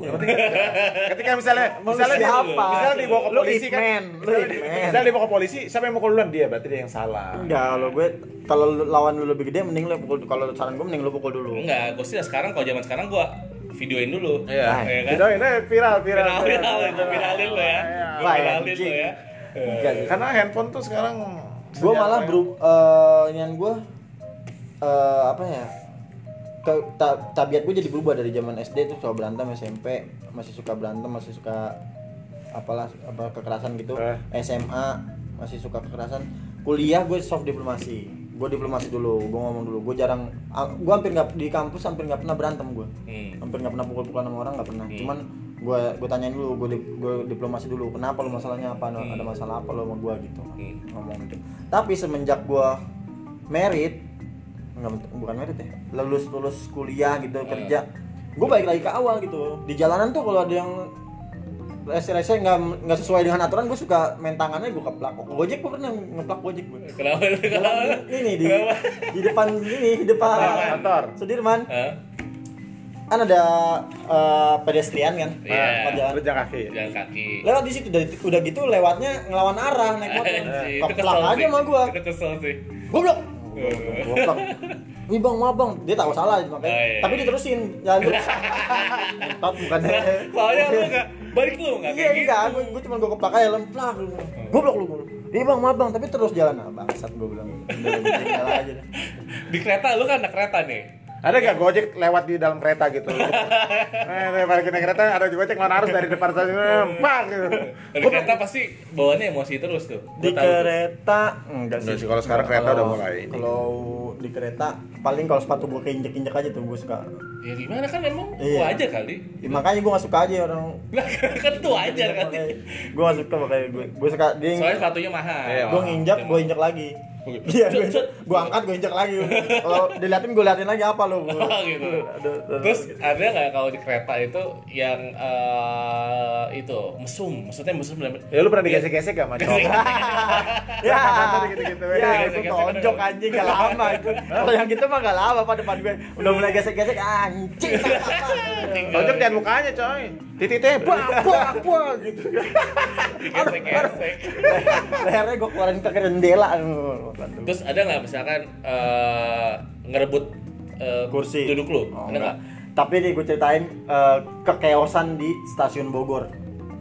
Speaker 3: Ketika misalnya misalnya
Speaker 4: siapa?
Speaker 3: dia- Misalnya dibawa ke
Speaker 4: Lu
Speaker 3: polisi kan.
Speaker 4: hitman, lu
Speaker 3: Misalnya di-
Speaker 4: hitman.
Speaker 3: misalnya dibawa ke polisi, siapa yang mukul duluan dia? Berarti dia yang salah.
Speaker 4: enggak lo gue kalau lu- lawan lu lebih gede mending lu pukul kalau saran gue mending lu pukul dulu
Speaker 1: Enggak, gue sih sekarang kalau zaman sekarang gue videoin dulu. Ya
Speaker 3: Iya.
Speaker 1: kan?
Speaker 3: Viral, ini viral, viral.
Speaker 1: Viral, viral, gue viralin lo ya.
Speaker 3: Iya.
Speaker 1: Gue viralin lo ya.
Speaker 3: Enggak, Karena handphone tuh sekarang
Speaker 4: gue
Speaker 3: senjata
Speaker 4: malah
Speaker 3: yang-
Speaker 4: beru eh yang gue eh apa ya ke- ta- tabiat gue jadi berubah dari zaman SD tuh soal berantem SMP masih suka berantem masih suka apalah apa kekerasan gitu
Speaker 3: Eh.
Speaker 4: SMA masih suka kekerasan kuliah gue soft diplomasi gue diplomasi dulu gue ngomong dulu gue jarang gue hampir nggak di kampus hampir nggak pernah berantem gue
Speaker 1: Hmm.
Speaker 4: hampir nggak pernah pukul-pukulan sama orang nggak pernah cuman gue gue tanyain dulu gue diplomasi dulu kenapa lu masalahnya apa ada- ada masalah apa lu sama gue gitu
Speaker 1: Hmm.
Speaker 4: ngomong gitu tapi semenjak gue merit nggak bent- bukan merit ya lulus lulus kuliah gitu kerja gue balik lagi ke awal gitu di jalanan tuh kalau ada yang rese-rese nggak nggak sesuai dengan aturan gue suka main tangannya gue keplak gojek gue pernah ngeplak gojek gue
Speaker 1: Kenapa? Kenapa?
Speaker 4: Jalan ini di,
Speaker 1: Kenapa?
Speaker 4: di depan ini di depan
Speaker 3: Kantor.
Speaker 4: Sudirman
Speaker 1: Hah?
Speaker 4: kan ada eh, pedestrian kan
Speaker 1: Iya.
Speaker 4: tempat jalan.
Speaker 3: Berjalan kaki.
Speaker 1: Jalan kaki.
Speaker 4: lewat di situ dari- udah gitu lewatnya ngelawan arah naik motor
Speaker 1: Anjir, itu
Speaker 4: Eh, keplak aja
Speaker 1: sih.
Speaker 4: sama gua Eh.
Speaker 1: Itu kesel sih.
Speaker 4: goblok goblok Wih bang, maaf bang, dia tahu salah makanya.
Speaker 1: Oh, iya.
Speaker 4: Tapi diterusin jalan terus. Top bukan
Speaker 1: Nah, Soalnya lu nggak balik lu nggak
Speaker 4: Iya
Speaker 1: kayak gitu.
Speaker 4: enggak, gue, gue cuma gue keplak aja lemplak lu. Goblok lu. gua. Iya bang, maaf bang, tapi terus jalan. Ah, bangsat gue bilang. Udah, udah, tinggal aja.
Speaker 1: Di kereta lu kan anak kereta nih.
Speaker 3: Ada gak gojek lewat di dalam kereta gitu? eh, daripada kita kereta ada gojek lawan arus dari depan stasiun, eh, pak gitu.
Speaker 1: Dari kereta pasti bawaannya emosi terus tuh.
Speaker 4: di
Speaker 1: Gua tahu tuh.
Speaker 4: kereta enggak sih
Speaker 3: Enggak sih, kalau sekarang kereta
Speaker 4: Kalau-
Speaker 3: udah mulai ini.
Speaker 4: kalau di kereta paling kalau sepatu gue keinjek injek aja tuh gue suka
Speaker 1: Ya gimana kan emang
Speaker 4: Iya.
Speaker 1: gua aja kali.
Speaker 4: Ya, makanya gue gak suka aja orang
Speaker 1: Lah kan itu wajar kan.
Speaker 4: Iya, gue gak suka makanya gue gue suka dia
Speaker 1: Soalnya sepatunya mahal.
Speaker 3: Iya,
Speaker 4: gue nginjak gue injak lagi
Speaker 3: Oh, gitu.
Speaker 4: iya
Speaker 1: Cut,
Speaker 4: gue
Speaker 1: cut.
Speaker 4: gue angkat gue injak lagi kalau diliatin gue liatin lagi apa lo
Speaker 1: Oh, gitu. Terus
Speaker 4: gitu.
Speaker 1: ada nggak kalau di kereta itu yang eh, itu mesum, maksudnya mesum dalam
Speaker 3: Ya lu pernah digesek-gesek gak sama cowok?
Speaker 4: ya
Speaker 3: Gitu-gitu,
Speaker 4: ya
Speaker 1: gitu-gitu.
Speaker 4: itu tonjok anjing gak lama itu kalau yang gitu mah gak lama pada depan gue udah mulai gesek gesek anjing
Speaker 1: Iya,
Speaker 3: Tonjok jangan mukanya coy. Titiknya bak
Speaker 4: Iya.
Speaker 3: bak bak gitu.
Speaker 1: Digesek-gesek.
Speaker 4: lehernya gue keluarin ke jendela
Speaker 1: Terus ada nggak misalkan eh, ngerebut eh,
Speaker 4: kursi
Speaker 1: duduk lu? ada
Speaker 4: Oh,
Speaker 1: nggak?
Speaker 4: enggak. tapi nih gue ceritain eh, kekeosan di stasiun Bogor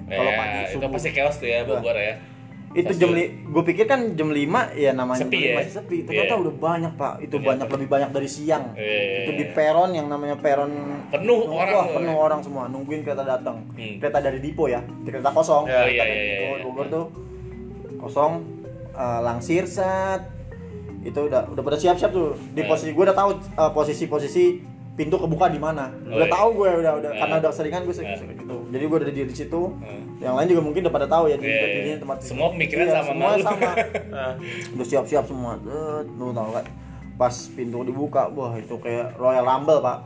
Speaker 4: kalau
Speaker 1: Ya,
Speaker 4: pagi
Speaker 1: itu
Speaker 4: subuh
Speaker 1: pasti chaos tuh ya Bogor ya.
Speaker 4: itu
Speaker 1: Stasiun.
Speaker 4: jam gue pikir kan jam 5 ya namanya
Speaker 1: Sepi
Speaker 4: jam
Speaker 1: ya?
Speaker 4: lima masih sepi ternyata
Speaker 1: Iya.
Speaker 4: udah banyak pak itu
Speaker 1: Ternyata.
Speaker 4: banyak lebih banyak dari siang
Speaker 1: Iya.
Speaker 4: itu di peron yang namanya peron
Speaker 1: Penuh
Speaker 4: Wah,
Speaker 1: orang.
Speaker 4: penuh orang semua nungguin kereta datang
Speaker 1: Hmm.
Speaker 4: kereta dari Dipo ya di kereta kosong
Speaker 1: Iya,
Speaker 4: Kereta
Speaker 1: iya,
Speaker 4: dari
Speaker 1: iya,
Speaker 4: Dipo,
Speaker 1: iya.
Speaker 4: Bogor tuh kosong eh, langsir set itu udah udah pada siap-siap tuh di
Speaker 1: Iya.
Speaker 4: posisi gue udah tahu eh, posisi-posisi pintu kebuka di mana udah
Speaker 1: iya.
Speaker 4: tahu gue udah udah
Speaker 1: Iya.
Speaker 4: karena udah seringan gue
Speaker 1: Iya.
Speaker 4: sering gitu jadi gue udah di, di situ
Speaker 1: Iya.
Speaker 4: yang lain juga mungkin udah pada tahu ya di
Speaker 1: Iya, iya.
Speaker 4: di tempat
Speaker 1: Semua pemikiran sama
Speaker 4: semua
Speaker 1: malu.
Speaker 4: sama Nah, udah siap-siap semua Set, lu tau kan pas pintu dibuka wah itu kayak Royal Rumble pak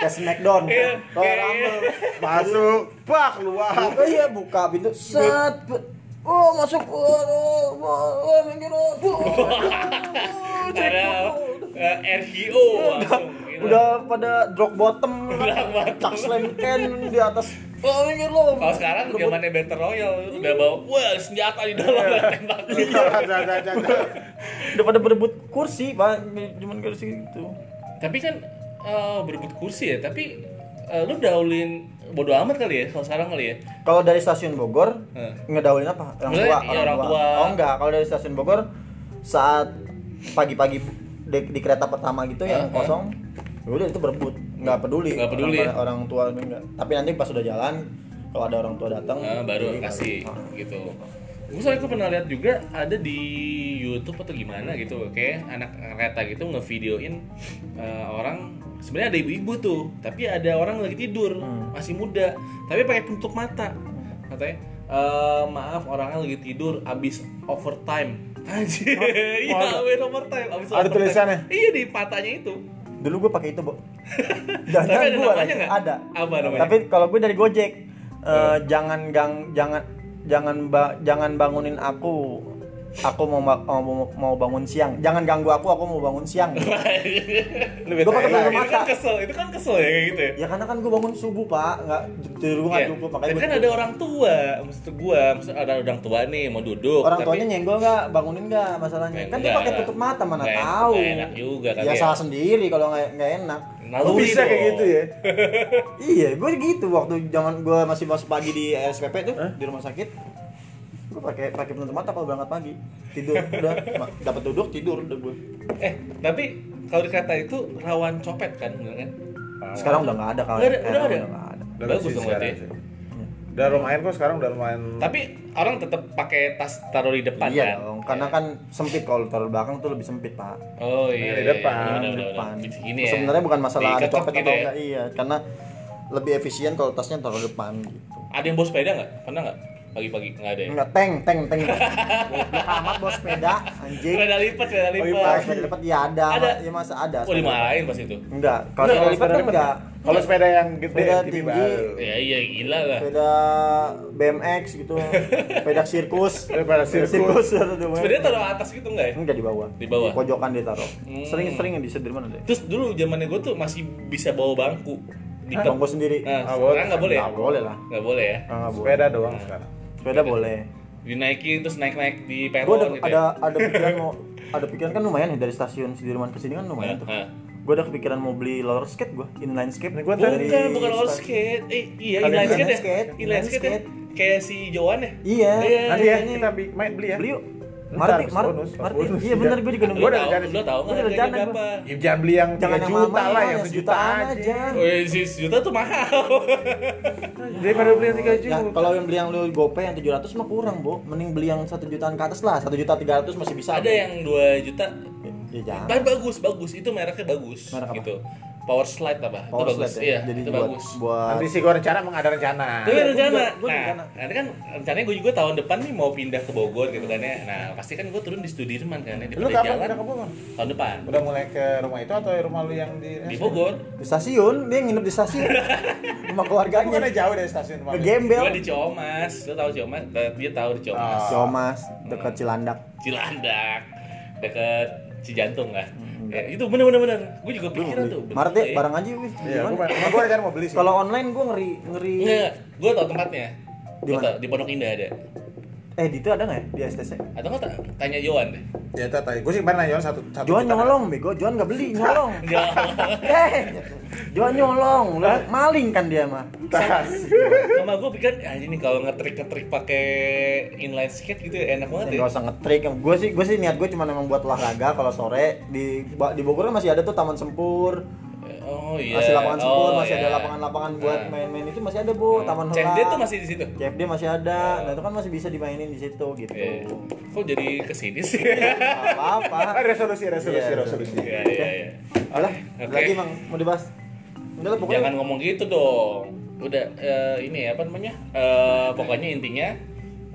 Speaker 4: kayak Smackdown
Speaker 1: Iya,
Speaker 4: Royal
Speaker 1: iya, iya.
Speaker 4: Rumble
Speaker 3: Masuk bak keluar.
Speaker 4: buka iya buka pintu set bu- oh masuk oh oh oh, oh minggir oh, oh, oh, oh,
Speaker 1: Ada
Speaker 4: oh.
Speaker 1: eh, RKO langsung. gitu.
Speaker 4: udah pada drop bottom
Speaker 1: Drop bottom.
Speaker 4: tak slam can di atas oh minggir lo
Speaker 1: Kalau sekarang zamannya Battle Royale udah bawa wah senjata di dalam
Speaker 4: Iya.
Speaker 1: tembak.
Speaker 3: Iya.
Speaker 4: udah pada berebut kursi pak cuman kursi gitu
Speaker 1: Tapi kan eh, berebut kursi ya, tapi eh, lu daulin bodo amat kali ya kalau sekarang kali ya.
Speaker 4: Kalau dari stasiun Bogor
Speaker 1: Eh.
Speaker 4: ngedaulin apa? Orang
Speaker 1: Maksudnya,
Speaker 4: tua,
Speaker 1: iya, orang tua.
Speaker 4: Oh enggak, kalau dari stasiun Bogor saat pagi-pagi di, di kereta pertama gitu
Speaker 1: Eh,
Speaker 4: ya
Speaker 1: eh.
Speaker 4: kosong. ya Udah itu berebut, nggak peduli.
Speaker 1: Nggak peduli ya?
Speaker 4: orang, orang tua enggak. Tapi nanti pas udah jalan kalau ada orang tua datang
Speaker 1: Nah, baru
Speaker 4: jadi
Speaker 3: Iya,
Speaker 1: kasih
Speaker 4: baru.
Speaker 1: gitu. Gue soalnya gue pernah lihat juga ada di YouTube atau gimana gitu, kayak anak kereta gitu ngevideoin eh, orang sebenarnya ada ibu-ibu tuh, tapi ada orang lagi tidur
Speaker 3: Hmm.
Speaker 1: masih muda, tapi pakai penutup mata katanya. "Eh, maaf orangnya lagi tidur abis overtime anjir iya abis overtime abis
Speaker 3: Oh, Ada
Speaker 1: overtime.
Speaker 3: tulisannya?
Speaker 1: iya di patanya itu
Speaker 4: Dulu gue pakai itu, Bo. Jangan
Speaker 1: Tapi ada
Speaker 4: gua
Speaker 1: namanya nggak?
Speaker 4: Ada.
Speaker 1: Apa namanya? Iya.
Speaker 4: Tapi kalau gue dari Gojek, eh, jangan gang jangan jangan ba- jangan bangunin aku. Aku mau, ma- mau mau bangun siang. Jangan ganggu aku, aku mau bangun siang.
Speaker 3: Lu
Speaker 4: Gua pakai
Speaker 3: bete.
Speaker 4: penutup
Speaker 1: itu kan
Speaker 4: mata.
Speaker 1: kesel itu kan kesel ya kayak gitu ya
Speaker 4: Ya karena kan gue bangun subuh, Pak. Nggak tidur gue nggak
Speaker 1: Iya.
Speaker 4: cukup, makanya
Speaker 1: Tapi
Speaker 4: gua
Speaker 1: kan ada orang tua, maksud gua, maksud ada orang tua nih mau duduk.
Speaker 4: Orang
Speaker 1: tapi-
Speaker 4: tuanya nyenggol nggak, bangunin nggak masalahnya. Kan dia
Speaker 1: Nggak,
Speaker 4: pakai
Speaker 1: nggak.
Speaker 4: tutup mata mana
Speaker 1: Nggak en-
Speaker 4: tahu.
Speaker 1: nggak enak juga kali
Speaker 4: Ya
Speaker 1: ya.
Speaker 4: salah sendiri kalau nggak nggak enak.
Speaker 1: Naluri
Speaker 3: Bisa
Speaker 1: dong.
Speaker 3: kayak gitu ya.
Speaker 4: iya, gue gitu waktu zaman gue masih masuk pagi di RSPP tuh di rumah sakit. Gue pakai pakai penutup mata kalau berangkat pagi. Tidur udah ma- dapat duduk tidur udah gue.
Speaker 1: Eh, tapi kalau di kereta itu rawan copet kan, bener kan?
Speaker 4: Sekarang udah nggak ada kalau
Speaker 1: Nggak ada,
Speaker 4: eh,
Speaker 1: udah ada.
Speaker 4: nggak ada.
Speaker 3: Udah
Speaker 1: Bagus
Speaker 3: bersih
Speaker 1: dong
Speaker 3: sekarang
Speaker 1: berarti.
Speaker 3: sih. Udah lumayan kok sekarang udah lumayan.
Speaker 1: Tapi orang tetap pakai tas taruh di depan
Speaker 4: iya
Speaker 1: kan?
Speaker 4: dong, karena kan sempit kalau taruh belakang tuh lebih sempit pak.
Speaker 1: Oh iya. iya,
Speaker 3: Di depan,
Speaker 1: iya, udah, udah,
Speaker 4: Nah, depan.
Speaker 1: udah. Gini ya.
Speaker 4: Sebenarnya bukan masalah ada
Speaker 1: Diketok
Speaker 4: copet
Speaker 1: gitu
Speaker 4: atau
Speaker 1: ya.
Speaker 4: enggak, iya, karena lebih efisien kalau tasnya taruh depan gitu.
Speaker 1: Ada yang bawa sepeda nggak? Pernah nggak? Pagi-pagi nggak ada. Ya?
Speaker 4: Enggak teng teng teng. Goblok amat bawa sepeda anjing.
Speaker 1: Sepeda lipat, sepeda
Speaker 4: Bawa
Speaker 1: lipat.
Speaker 4: sepeda lipat ya ada.
Speaker 1: Ada.
Speaker 4: Ya masa ada.
Speaker 1: Oh dimarahin pas itu.
Speaker 4: Enggak, kalau
Speaker 1: Enggak,
Speaker 4: sepeda lipat
Speaker 3: sepeda
Speaker 4: kan
Speaker 3: lipat.
Speaker 4: enggak.
Speaker 3: Kalau sepeda yang gede
Speaker 4: Sepeda
Speaker 3: TV
Speaker 4: tinggi. Eh.
Speaker 3: baru.
Speaker 1: Ya iya gila lah.
Speaker 4: Sepeda BMX gitu, sepeda sirkus,
Speaker 3: Sepeda sirkus.
Speaker 4: sepeda sirkus,
Speaker 1: Sepeda taruh atas gitu nggak ya?
Speaker 4: enggak di bawah.
Speaker 1: Di bawah.
Speaker 4: Di pojokan dia taruh.
Speaker 1: Hmm.
Speaker 4: Sering-sering yang di Sudirman ada.
Speaker 1: Terus dulu zamannya gue tuh masih bisa bawa bangku. Di
Speaker 4: Bangku sendiri.
Speaker 1: Nah,
Speaker 3: Ah,
Speaker 1: sekarang nggak boleh. ya?
Speaker 4: Eh, Nggak boleh lah.
Speaker 1: Nggak boleh ya.
Speaker 4: Ah, nggak boleh.
Speaker 3: Sepeda doang sekarang.
Speaker 4: Sepeda boleh.
Speaker 1: dinaikin terus naik-naik di peron
Speaker 4: gue ada
Speaker 1: gitu
Speaker 4: ada
Speaker 1: ya.
Speaker 4: ada pikiran mau ada pikiran kan lumayan ya dari stasiun Sudirman ke sini kan lumayan tuh.
Speaker 1: Heeh.
Speaker 4: Gue ada kepikiran mau beli roller skate gue, inline skate.
Speaker 3: Ini Nah, gua
Speaker 1: bukan
Speaker 4: dari
Speaker 1: bukan roller
Speaker 4: stasiun.
Speaker 1: skate eh iya
Speaker 4: Kalian
Speaker 1: inline skate,
Speaker 4: inline
Speaker 1: ya
Speaker 4: skate,
Speaker 1: inline
Speaker 4: inline
Speaker 1: skate, ya
Speaker 4: skate.
Speaker 1: kayak si Joan ya
Speaker 4: Iya.
Speaker 1: Iya.
Speaker 3: Nanti ya kita bi- main beli ya.
Speaker 4: Beli yuk. Marti,
Speaker 3: pas
Speaker 4: Marti,
Speaker 3: bonus, pas
Speaker 4: Marti.
Speaker 3: bonus.
Speaker 4: Iya benar gue juga nunggu.
Speaker 1: Lu
Speaker 3: Gua udah
Speaker 1: tahu,
Speaker 3: rencana
Speaker 1: lu
Speaker 3: sih.
Speaker 1: tahu nggak
Speaker 4: Gua udah
Speaker 1: harganya
Speaker 4: rencana
Speaker 1: berapa?
Speaker 3: Ya, jangan beli yang
Speaker 4: Jangan
Speaker 3: 3
Speaker 4: yang
Speaker 3: juta
Speaker 4: mahal-mahal,
Speaker 3: lah, yang
Speaker 4: yang
Speaker 3: sejuta
Speaker 4: sejutaan aja.
Speaker 3: aja.
Speaker 1: Wih, si sejuta tuh mahal.
Speaker 3: Daripada beli yang 3
Speaker 4: Ya,
Speaker 3: juta.
Speaker 4: kalau yang beli yang lu GoPay yang 700 mah kurang, Bu. Mending beli yang 1 jutaan ke atas lah. 1 juta 300 masih bisa.
Speaker 1: Ada yang 2 juta.
Speaker 4: Ya, jangan.
Speaker 1: Tapi bagus, bagus. Itu mereknya bagus
Speaker 4: Merek apa?
Speaker 1: gitu. Power slide apa? itu
Speaker 4: Power
Speaker 1: bagus.
Speaker 4: slide
Speaker 1: Iya,
Speaker 4: ya. Jadi
Speaker 1: itu
Speaker 4: buat,
Speaker 1: bagus.
Speaker 4: buat
Speaker 3: Nanti sih gua rencana emang ada rencana.
Speaker 1: Tapi
Speaker 4: Iya, gua
Speaker 1: rencana.
Speaker 4: juga- gua rencana.
Speaker 1: nah, nanti kan rencananya gue juga tahun depan nih mau pindah ke Bogor gitu kan ya. Nah, pasti kan gue turun di Sudirman kan ya di
Speaker 3: Lu
Speaker 1: pinggir
Speaker 3: kapan pindah ke Bogor?
Speaker 1: Tahun depan.
Speaker 3: Udah mulai ke rumah itu atau rumah lu yang di
Speaker 1: Di Bogor.
Speaker 4: di stasiun, dia nginep di stasiun sama
Speaker 3: Kan
Speaker 4: keluarganya.
Speaker 3: gua udah jauh dari stasiun rumah.
Speaker 4: Ke
Speaker 3: lu.
Speaker 1: Gue
Speaker 4: gembel.
Speaker 1: di Ciomas. Lu tahu Ciomas? Nah, Dia tahu di Ciomas.
Speaker 3: Ah.
Speaker 4: Ciomas dekat Cilandak.
Speaker 1: Cilandak. Dekat Cijantung lah. Ya, itu bener-bener bener. Gue juga pikiran tuh. bener
Speaker 4: Marte
Speaker 1: ya.
Speaker 4: bareng aja wis.
Speaker 3: Iya,
Speaker 4: Gimana?
Speaker 3: gua emang gua rencana mau beli sih.
Speaker 4: Kalau online gue ngeri ngeri.
Speaker 1: Enggak, gue tau tempatnya.
Speaker 4: Di
Speaker 1: Gua
Speaker 4: mana?
Speaker 1: tau, Di Pondok Indah ada.
Speaker 4: Eh, di itu ada nggak ya di STC?
Speaker 1: Atau nggak ta- tanya Yohan deh.
Speaker 3: Ya tata, gua sih kemarin nanya orang satu satu.
Speaker 4: Joan
Speaker 3: juta.
Speaker 4: nyolong, bego. Joan nggak beli, nyolong.
Speaker 1: Enggak.
Speaker 4: eh, Joan nyolong. Lu maling kan dia mah.
Speaker 3: Tas.
Speaker 1: Sama gue pikir, ah ini kalau ngetrik-ngetrik pakai inline skate gitu ya, enak banget ya.
Speaker 4: Nggak usah ngetrik. Gue sih, gue sih niat gue cuma emang buat olahraga. Kalau sore di ba- di Bogor kan masih ada tuh Taman Sempur,
Speaker 1: Oh iya.
Speaker 4: masih lapangan sempur,
Speaker 1: Oh,
Speaker 4: masih ada
Speaker 1: iya.
Speaker 4: lapangan-lapangan buat
Speaker 1: Nah.
Speaker 4: main-main itu masih ada bu. Taman
Speaker 1: Nah, CFD
Speaker 4: Hola.
Speaker 1: tuh masih di situ.
Speaker 4: CFD masih ada. Nah itu kan masih bisa dimainin di situ gitu.
Speaker 1: Iya. Kok jadi kesini sih?
Speaker 4: Nggak Apa-apa.
Speaker 3: Ah, resolusi, resolusi,
Speaker 4: Iya,
Speaker 3: resolusi.
Speaker 1: Iya iya iya.
Speaker 4: Udah lah, ada
Speaker 1: Oke.
Speaker 4: lagi emang mau dibahas. Udah lah pokoknya.
Speaker 1: Jangan ngomong gitu dong. Udah eh, ini ya, apa namanya? Eh, pokoknya intinya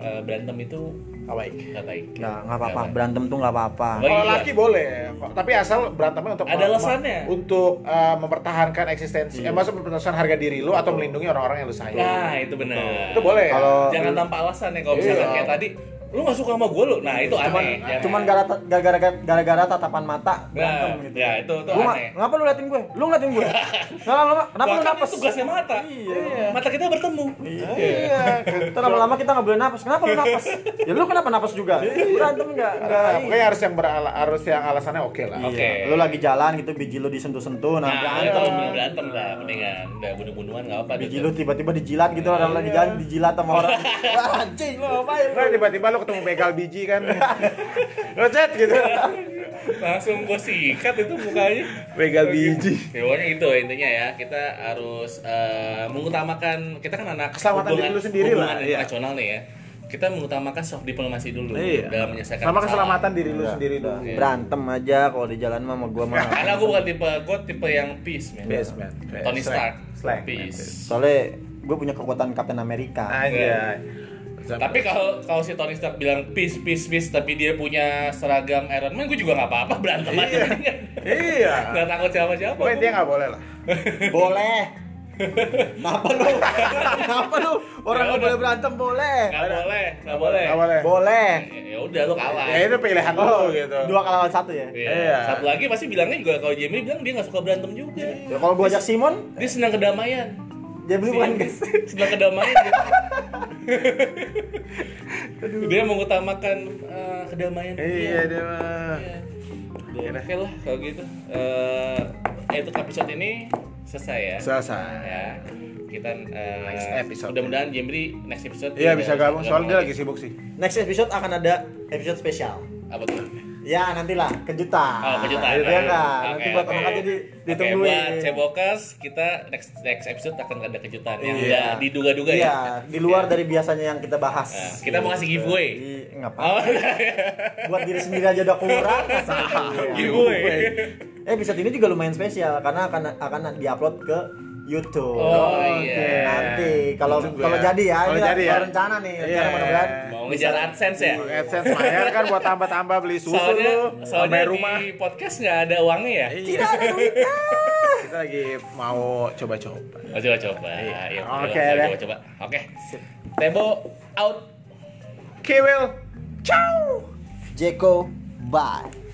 Speaker 1: eh, berantem itu
Speaker 3: Nggak baik.
Speaker 1: nggak baik.
Speaker 4: Nggak, nggak Nah, apa-apa. Berantem tuh nggak apa-apa.
Speaker 1: Baik.
Speaker 3: Kalau
Speaker 1: juga.
Speaker 3: laki boleh, kok. tapi asal berantemnya untuk
Speaker 1: Ada alasannya. Iya.
Speaker 3: untuk eh, mempertahankan eksistensi, eh, maksud mempertahankan harga diri lu atau melindungi orang-orang yang lu sayang.
Speaker 1: Nah itu benar.
Speaker 3: Itu boleh.
Speaker 4: Kalau-
Speaker 1: Jangan tanpa alasan ya kalau misalkan
Speaker 3: Iya.
Speaker 1: kayak tadi lu nggak suka sama gue lu. Nah, itu
Speaker 4: Cuman,
Speaker 1: aneh. Jangan.
Speaker 4: cuman gara- gara-gara gara-gara tatapan mata berantem
Speaker 1: Nah,
Speaker 4: gitu.
Speaker 1: ya, itu- itu aneh.
Speaker 4: Lu nggak- Ngapa lu liatin gue? Lu ngeliatin gue? Nggak lama-lama. Kenapa lu
Speaker 1: Bahkan
Speaker 4: napas?
Speaker 1: itu tugasnya mata.
Speaker 4: Iya.
Speaker 1: Mata kita bertemu.
Speaker 4: Iya. Terus lama-lama kita nggak boleh napas. Kenapa lu napas? Ya lu kenapa napas juga? Berantem nggak? Nggak.
Speaker 3: Nah, pokoknya harus yang berala, harus yang alasannya oke lah.
Speaker 1: Oke.
Speaker 4: Iya. Lu lagi jalan gitu biji lu disentuh-sentuh nah,
Speaker 1: Nah,
Speaker 4: berantem.
Speaker 1: kalau bener berantem lah mendingan udah bunuh-bunuhan enggak apa-apa.
Speaker 4: Biji
Speaker 1: gitu.
Speaker 4: lu tiba-tiba dijilat gitu orang lagi jalan dijilat sama orang. Wah, anjing lu ngapain?
Speaker 3: Nah, tiba-tiba lu ketemu begal biji kan. Rocet gitu.
Speaker 1: Langsung gue sikat itu mukanya.
Speaker 3: Begal biji.
Speaker 1: Ya, pokoknya itu intinya ya kita harus eh, mengutamakan kita kan anak
Speaker 3: Keselamatan diri lu sendiri lah,
Speaker 1: hubungan
Speaker 3: iya.
Speaker 1: internasional nih ya kita mengutamakan soft diplomasi dulu dalam menyelesaikan
Speaker 3: Iya. Sama
Speaker 1: masalah. Iya.
Speaker 3: keselamatan diri lu sendiri dong.
Speaker 4: Berantem aja kalau di jalan mah sama gua mah.
Speaker 1: karena gue bukan tipe gue tipe yang peace man
Speaker 3: Peace, man. Peace.
Speaker 1: Tony Stark
Speaker 3: Slang. Slang,
Speaker 1: peace
Speaker 4: Soalnya gue punya kekuatan Captain America.
Speaker 3: Anjay.
Speaker 1: tapi kalau kalau si Tony Stark bilang peace peace peace tapi dia punya seragam Iron Man gue juga nggak apa-apa berantem aja
Speaker 3: Iya.
Speaker 1: nggak takut siapa-siapa
Speaker 3: Pokoknya dia
Speaker 1: gua.
Speaker 3: nggak boleh lah.
Speaker 4: boleh. Kenapa lu? Kenapa lu? Orang
Speaker 1: Ya
Speaker 4: nggak
Speaker 1: udah.
Speaker 4: boleh berantem boleh.
Speaker 1: nggak boleh nggak boleh
Speaker 3: Nggak boleh.
Speaker 4: Boleh.
Speaker 1: Ya- ya udah lo kalah
Speaker 3: Ya itu pilihan
Speaker 1: Oh.
Speaker 3: lu gitu.
Speaker 4: Dua kalah lawan satu ya.
Speaker 1: Iya.
Speaker 3: Iya.
Speaker 1: Satu lagi pasti bilangnya juga kalau Jamie bilang dia nggak suka berantem juga.
Speaker 4: Ya, kalau gue ajak Simon,
Speaker 1: Dia senang kedamaian. Iya.
Speaker 4: dia beli bukan guys.
Speaker 1: senang kedamaian. dia. dia mengutamakan eh, kedamaian.
Speaker 3: Iya dia mah.
Speaker 1: Iya. Oke lah kalau gitu. Eh, eh, untuk episode ini selesai ya.
Speaker 3: Selesai.
Speaker 1: Ya. Kita eh,
Speaker 3: Next episode.
Speaker 1: Mudah-mudahan Jamie next episode.
Speaker 3: Iya
Speaker 1: dia
Speaker 3: bisa
Speaker 1: udah-
Speaker 3: gabung soalnya dia
Speaker 1: lagi.
Speaker 3: lagi sibuk sih.
Speaker 4: Next episode akan ada episode spesial.
Speaker 1: Apa tuh?
Speaker 4: Ya nantilah kejutan.
Speaker 1: Oh, kejutan.
Speaker 4: Gitu ya kan.
Speaker 1: Oke,
Speaker 4: Nanti buat
Speaker 1: oke.
Speaker 4: anak aja di,
Speaker 1: Oke,
Speaker 4: ditungguin.
Speaker 1: buat cebokers kita next next episode akan ada kejutan yang
Speaker 4: Iya.
Speaker 1: udah diduga-duga
Speaker 4: Iya,
Speaker 1: ya.
Speaker 4: di
Speaker 1: Iya.
Speaker 4: luar dari biasanya yang kita bahas. Gitu. Iya,
Speaker 1: Nah, kita mau ngasih giveaway.
Speaker 4: Jadi, ngapa?
Speaker 1: Oh,
Speaker 4: Buat diri sendiri aja udah kurang. masa
Speaker 1: giveaway.
Speaker 4: Eh, episode ini juga lumayan spesial karena akan akan diupload ke YouTube.
Speaker 1: Oh,
Speaker 4: Oke.
Speaker 1: iya.
Speaker 4: Nanti kalau
Speaker 3: YouTube ya.
Speaker 4: kalau jadi ya,
Speaker 3: Kalau
Speaker 4: ini
Speaker 3: jadi ya.
Speaker 4: kalau rencana nih,
Speaker 3: Iya.
Speaker 4: rencana mudah-mudahan.
Speaker 1: Mau ngejar AdSense ya?
Speaker 3: AdSense bayar kan buat tambah-tambah beli susu
Speaker 1: Soalnya,
Speaker 3: lu,
Speaker 1: soalnya
Speaker 3: sampai rumah.
Speaker 1: di podcast nggak ada uangnya ya?
Speaker 3: Iya. Kita lagi mau coba-coba.
Speaker 1: Oh, coba coba.
Speaker 4: Iya.
Speaker 1: Ya,
Speaker 3: Oke,
Speaker 1: coba,
Speaker 3: deh.
Speaker 1: coba, coba. Oke. Tebo out.
Speaker 3: Oke, Will. Ciao.
Speaker 4: Jeko, bye.